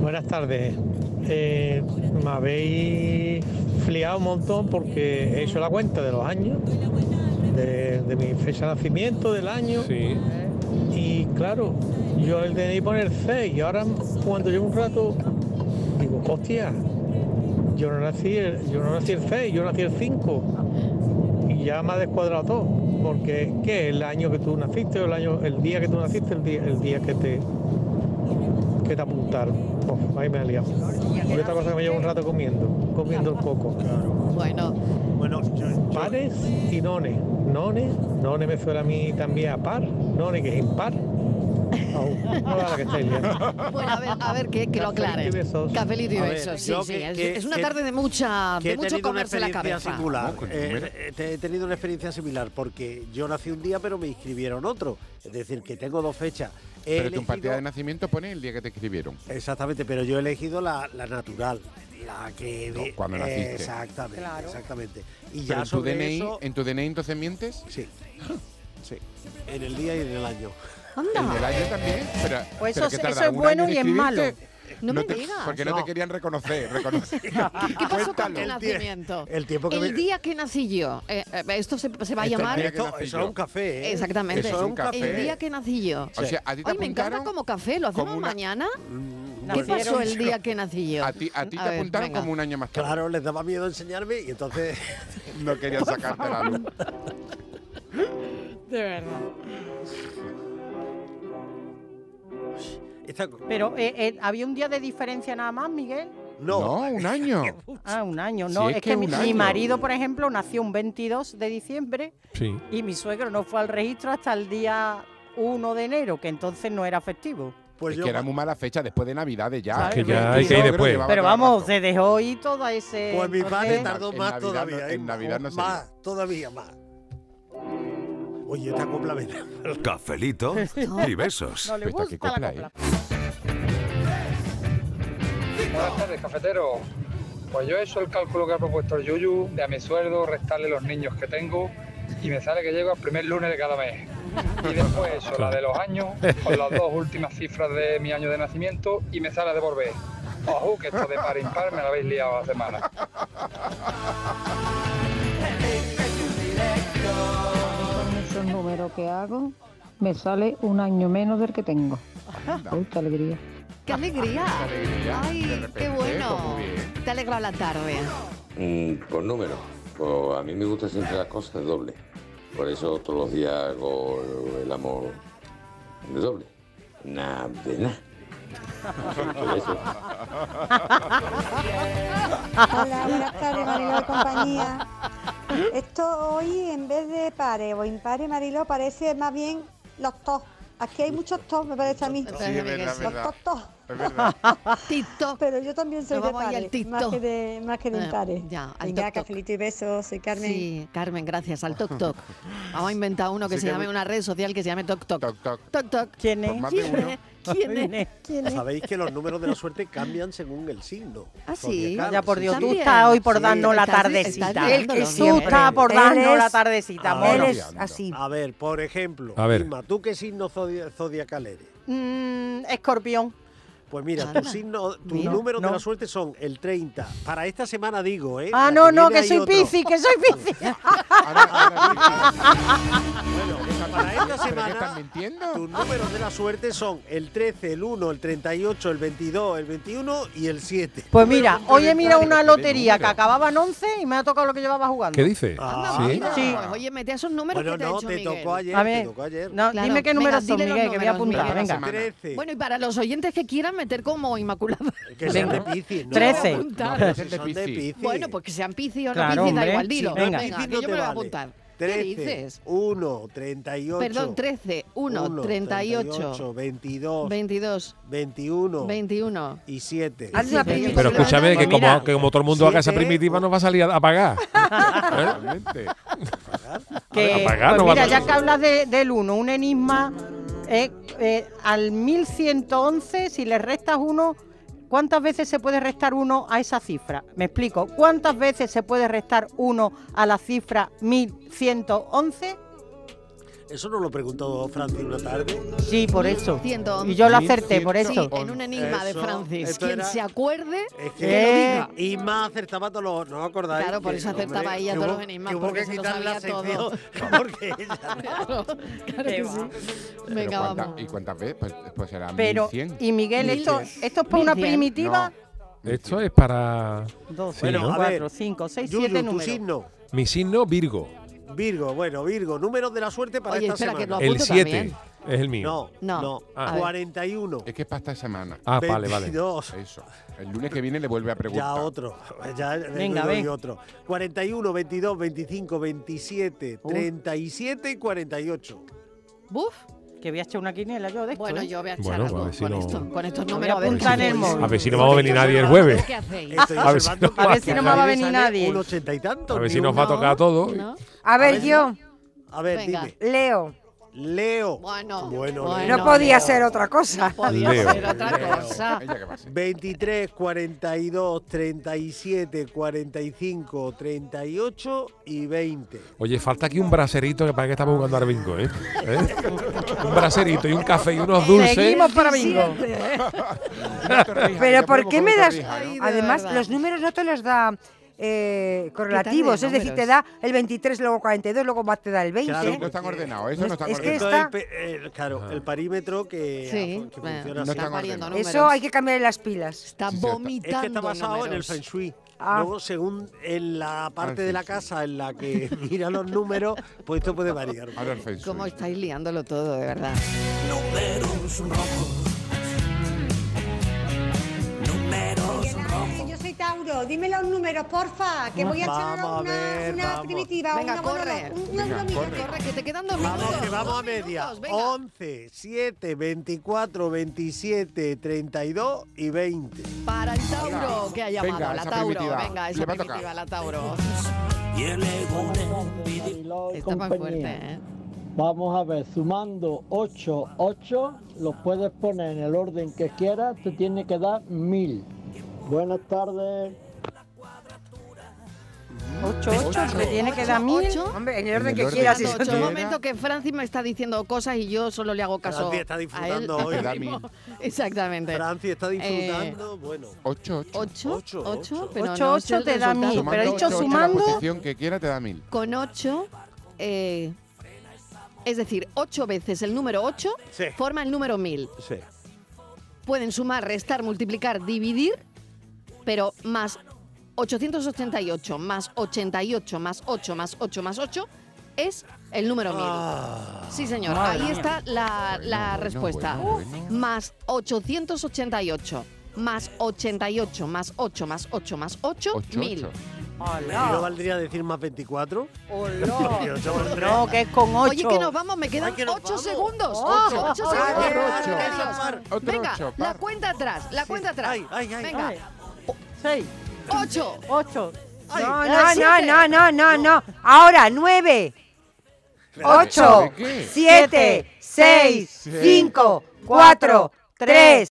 Buenas tardes. Eh, me habéis fliado un montón porque he hecho la cuenta de los años, de, de mi fecha de nacimiento, del año. Y claro, yo el DNI pone el 6 y ahora cuando llevo un rato digo, hostia, yo no nací el, yo no nací el 6, yo nací el 5. Y ya me ha descuadrado todo. Porque, ¿qué? El año que tú naciste, o el año, el día que tú naciste, el día, el día que te que te apuntaron. Uf, ahí me ha liado. Por esta cosa que me llevo un rato comiendo, comiendo el coco. Bueno. Bueno, pares y nones. Nones, nones me suena a mí también a par. Nones que es impar. Au, no la que estáis liando. Bueno, a ver, a ver que, que lo Cafelito aclare. y besos. Cafelito y A ver, besos. Sí, yo sí. que- es, que- es una que- tarde de mucha, que Ah, de he mucho tenido una comerse la experiencia cabeza. singular. Bueno, Eh, eh, te- he tenido una experiencia similar porque yo nací un día pero me inscribieron otro. Es decir, que tengo dos fechas. He Pero tu partida elegido- de nacimiento pone el día que te escribieron. Exactamente, pero yo he elegido la, la natural, la que... eh, No, cuando naciste. Exactamente, exactamente. Y Pero ya en tu sobre DNI, eso, ¿En tu DNI entonces mientes? Sí. sí. En el día y en el año. ¿En el año también? Pero, Pues pero eso- que tarda eso es un bueno año en y es malo. escribirte. No me te- digas. Porque no, te No. querían reconocer. reconocer. ¿Qué pasó con tu Cuéntalo. nacimiento? El tiempo que El me- día que nací yo. Eh, eh, esto se, se va a Este llamar. día que Esto- nací eso yo. es un café, ¿eh? Exactamente. Eso es un café. El día que nací yo. O sea, ¿a ti te Ay, me encanta apuntaron como café. ¿Lo hacemos como una- Mm, mañana? ¿Qué Bueno, pasó el día que nací yo? A ti, a ti A te ver, apuntaron venga. como un año más tarde. Claro, les daba miedo enseñarme y entonces... no querían sacarte la luz. De verdad. Esta- Pero eh, eh, había un día de diferencia nada más, Miguel. No. un año. Ah, un año. Si No, es es, que que, mi, un mi año. marido, por ejemplo, nació un 22 de diciembre Sí. y mi suegro no fue al registro hasta el día 1 de enero, que entonces no era festivo. Pues es que era muy mala fecha después de Navidades ya. Es que ya hay que ir después. Pero vamos, se dejó ir toda ese. Pues mi padre entonces- tardó En más Navidad no- todavía. en ¿eh? Navidad no se Más, todavía más. Oye, esta copla me da- Cafelito y besos. No le Pero esta que gusta la copla, ¿eh? Buenas tardes, cafetero. Pues yo he hecho el cálculo que ha propuesto el Yuyu de a mi sueldo, restarle los niños que tengo y me sale que llego al primer lunes de cada mes. Y después he hecho la de los años con las dos últimas cifras de mi año de nacimiento y me sale de volver. Ojo, que esto de par impar me lo habéis liado la semana. Con esos números que hago, me sale un año menos del que tengo. Uy, qué alegría. ¡Qué alegría! ¡Ay, qué bueno! Te ha alegrado la tarde. Mm, por número. Pues a mí me gusta siempre las cosas doble. Por eso todos los días hago el amor de doble. Nada de nada. Hola, buenas tardes, Mariló y compañía. Esto hoy, en vez de pare o impare, Mariló, parece más bien los tos. Aquí hay muchos tos, me parece a mí. Sí, es verdad, es verdad. Los tos, tos. Es verdad. Pero yo también soy Nos de vamos ahí al pares, más TikTok. que de, más que de Eh, impares. ya, al Venga, toc-toc. cafelito y besos, soy Carmen. Sí, Carmen, gracias. Al Tok Tok. Vamos a inventar uno que Sí, se que llame, me- una red social que se llame Tok Tok. Tok Tok. Tok ¿Eh? ¿Quién Pues es? más de ¿Quién uno. es? ¿Quién es? ¿Quién es? Sabéis que los números de la suerte cambian según el signo. Ah, sí. zodiacal, Vaya, por Dios, tú sí. estás hoy por Sí. darnos la Estás- tardecita. estás El liándolo Jesús siempre. está por Él darnos es- la tardecita, A amor. ver, Él es así. Ah, A ver, por ejemplo, A ver. Inma, ¿tú qué signo zodi- zodiacal eres? Mm, escorpión. Pues mira, Anda. tus signo, tu Mira. número de No. la suerte son el 30. Para esta semana digo, ¿eh? Para Ah, no, no, viene que hay soy otro. Piscis, que soy Piscis. Para esta ¿Pero semana, qué estás tus números de la suerte son el 13, el 1, el 38, el 22, el 21 y el 7. Pues mira, hoy he mirado una Número. lotería que acababa en 11 y me ha tocado lo que llevaba jugando. pues, ¿Qué dice? Ah, ¿Sí? mira. Sí. Oye, mete esos números Bueno, que te no, ha hecho te Miguel. tocó ayer, A te ver. tocó ayer. No, dime qué números son, dile los Miguel, que voy a números, apuntar, Miguel. venga. Trece. Bueno, y para los oyentes que quieran meter como Inmaculada. Que sean de Piscis, ¿no? Trece. No, pero si son de Piscis. Bueno, pues que sean Piscis o no Claro, Piscis, da hombre. igual, dilo. Sí, venga, venga. Piscis que yo no te me lo voy a vale. apuntar. ¿Qué 13, dices? 1, 38. Perdón, 13, 1, 38, 22, 22, 21, 21. Y 7. Haz la primitiva. Pero escúchame, que Pues mira. como, que como todo el mundo haga esa Siete, primitiva, nos va a salir a pagar. ¿Eh? Totalmente. Que, Apagar, pues no va a mira, haber. ya que hablas de- del 1, un enigma eh, eh, al 1111, si le restas 1, ¿cuántas veces se puede restar 1 a esa cifra? Me explico, ¿cuántas veces se puede restar 1 a la cifra 1111? Eso no lo preguntó Francis una tarde. Sí, por eso. Y yo lo acerté, por Sí, eso. en un enigma de Eso, Francis. esto Quien era- se acuerde, que lo Es que diga. y más acertaba todos los. ¿No acordáis? Claro, por Que, eso acertaba hombre, ella que todos hubo- los enigmas, que hubo porque que se lo quitar la sabía todo. sección, Porque ella. Claro, claro que sí. Pero Venga, cuánta- vamos. ¿Y cuántas veces? Pues, pues serán Pero, 1100. y Miguel, esto, esto es para una primitiva. Esto es para. Dos, Sí, bueno, ¿no? cuatro, cinco, seis, Yuyu, siete tu números. signo. Mi signo, Virgo. Virgo, bueno, Virgo, números de la suerte para Oye, esta espera, que semana. El 7 es el mío. No, no, No, Ah. a ver. 41. Es que es para esta semana. Ah, vale, vale. 22. Eso. El lunes que viene le vuelve a preguntar. Ya otro. Ya Venga, doy ve. otro. 41, 22, 25, 27, Uh. 37 y 48. Buf. Que voy a echar una quiniela yo de esto. Bueno, ¿eh? yo voy a Bueno, a ver si no. Con estos Voy números, a ver. apuntar qué en el hacéis. A ver si no va a venir nadie el jueves. ¿Qué hacéis? Estoy Ah, A ver si observando no va a- que a nadie sale Un ochenta y tanto. A ver ni si nos una. va a tocar a todos. A ver, yo, A ver, Venga. dime. Leo. Leo. Bueno, Leo. no podía ser otra cosa. podía Leo. ser otra Leo. cosa. 23, 42, 37, 45, 38 y 20. Oye, falta aquí un braserito que parece que estamos jugando al bingo, ¿eh? ¿Eh? Un braserito y un café y unos dulces. Seguimos para bingo. Pero ¿eh? ¿por qué me das? Ay, de Además, verdad. los números no te los da eh, de correlativos, es decir, números? te da el 23, luego 42, luego más te da el 20. Claro, no están ordenados, eso no está es que ordenado. está, Entonces, el pe- el- claro, el parímetro que, Sí, que bueno, funciona no así. están pariendo eso hay que cambiar las pilas. Está Es que está basado en el feng shui. Luego, según en la parte de la casa en la que mira los números, pues esto puede variar. Ahora el feng ¿Cómo estáis liándolo todo, de verdad? Números rojos. Números Que Eh, Yo soy Tauro, dime los números, porfa, que voy a echar Vamos una, a ver, una vamos. primitiva, Venga, una buena- corre. un- un- Venga, un- corre. Corre, que te quedan dos Vamos, que minutos. vamos a media. 11, 7, 24, 27, 32 y 20. Para el Tauro, que ha llamado. Venga, la esa Tauro, primitiva. venga, esa Le va a primitiva, tocar. la Tauro. Y el ego Está más fuerte, ¿eh? Vamos a ver, sumando 8, 8, los puedes poner en el orden que quieras, te tiene que dar 1000. Buenas tardes. 8, 8, me tiene que dar Ocho, mil. ocho. Hombre, en el orden que Quedan quieras. ocho. Un momento que Francis me está diciendo cosas y yo solo le hago caso. Francis está a él. disfrutando hoy. Exactamente. Francis está disfrutando, Eh, bueno. 8, 8, 8, pero Ocho, no ocho sé el te da resultado. mil, pero he dicho La sumando- posición que quiera te da 1000. Con 8, es decir, 8 veces el número 8 Sí. forma el número 1000. Sí. Pueden sumar, restar, multiplicar, dividir, pero más 888, más 88, más 8, más 8, más 8 es el número 1000. Sí, señor. madre Ahí mía. está la, la respuesta. bueno, Más 888, más 88, más 8, más 8, más 8, Ocho, 1000. ocho. ¿Y no valdría decir más 24? No, que es con 8. Oye, que nos vamos, me quedan 8 segundos. Oh. 8 Otro segundos. ocho. Adiós. Otro ocho, Venga, par. la cuenta atrás, la cuenta atrás. Venga, 6. 8. 8. Eh, No, no, no, no, no, no, no. Ahora, 9, Pero, 8, ¿de qué? 7, 6, 5, 4, 3.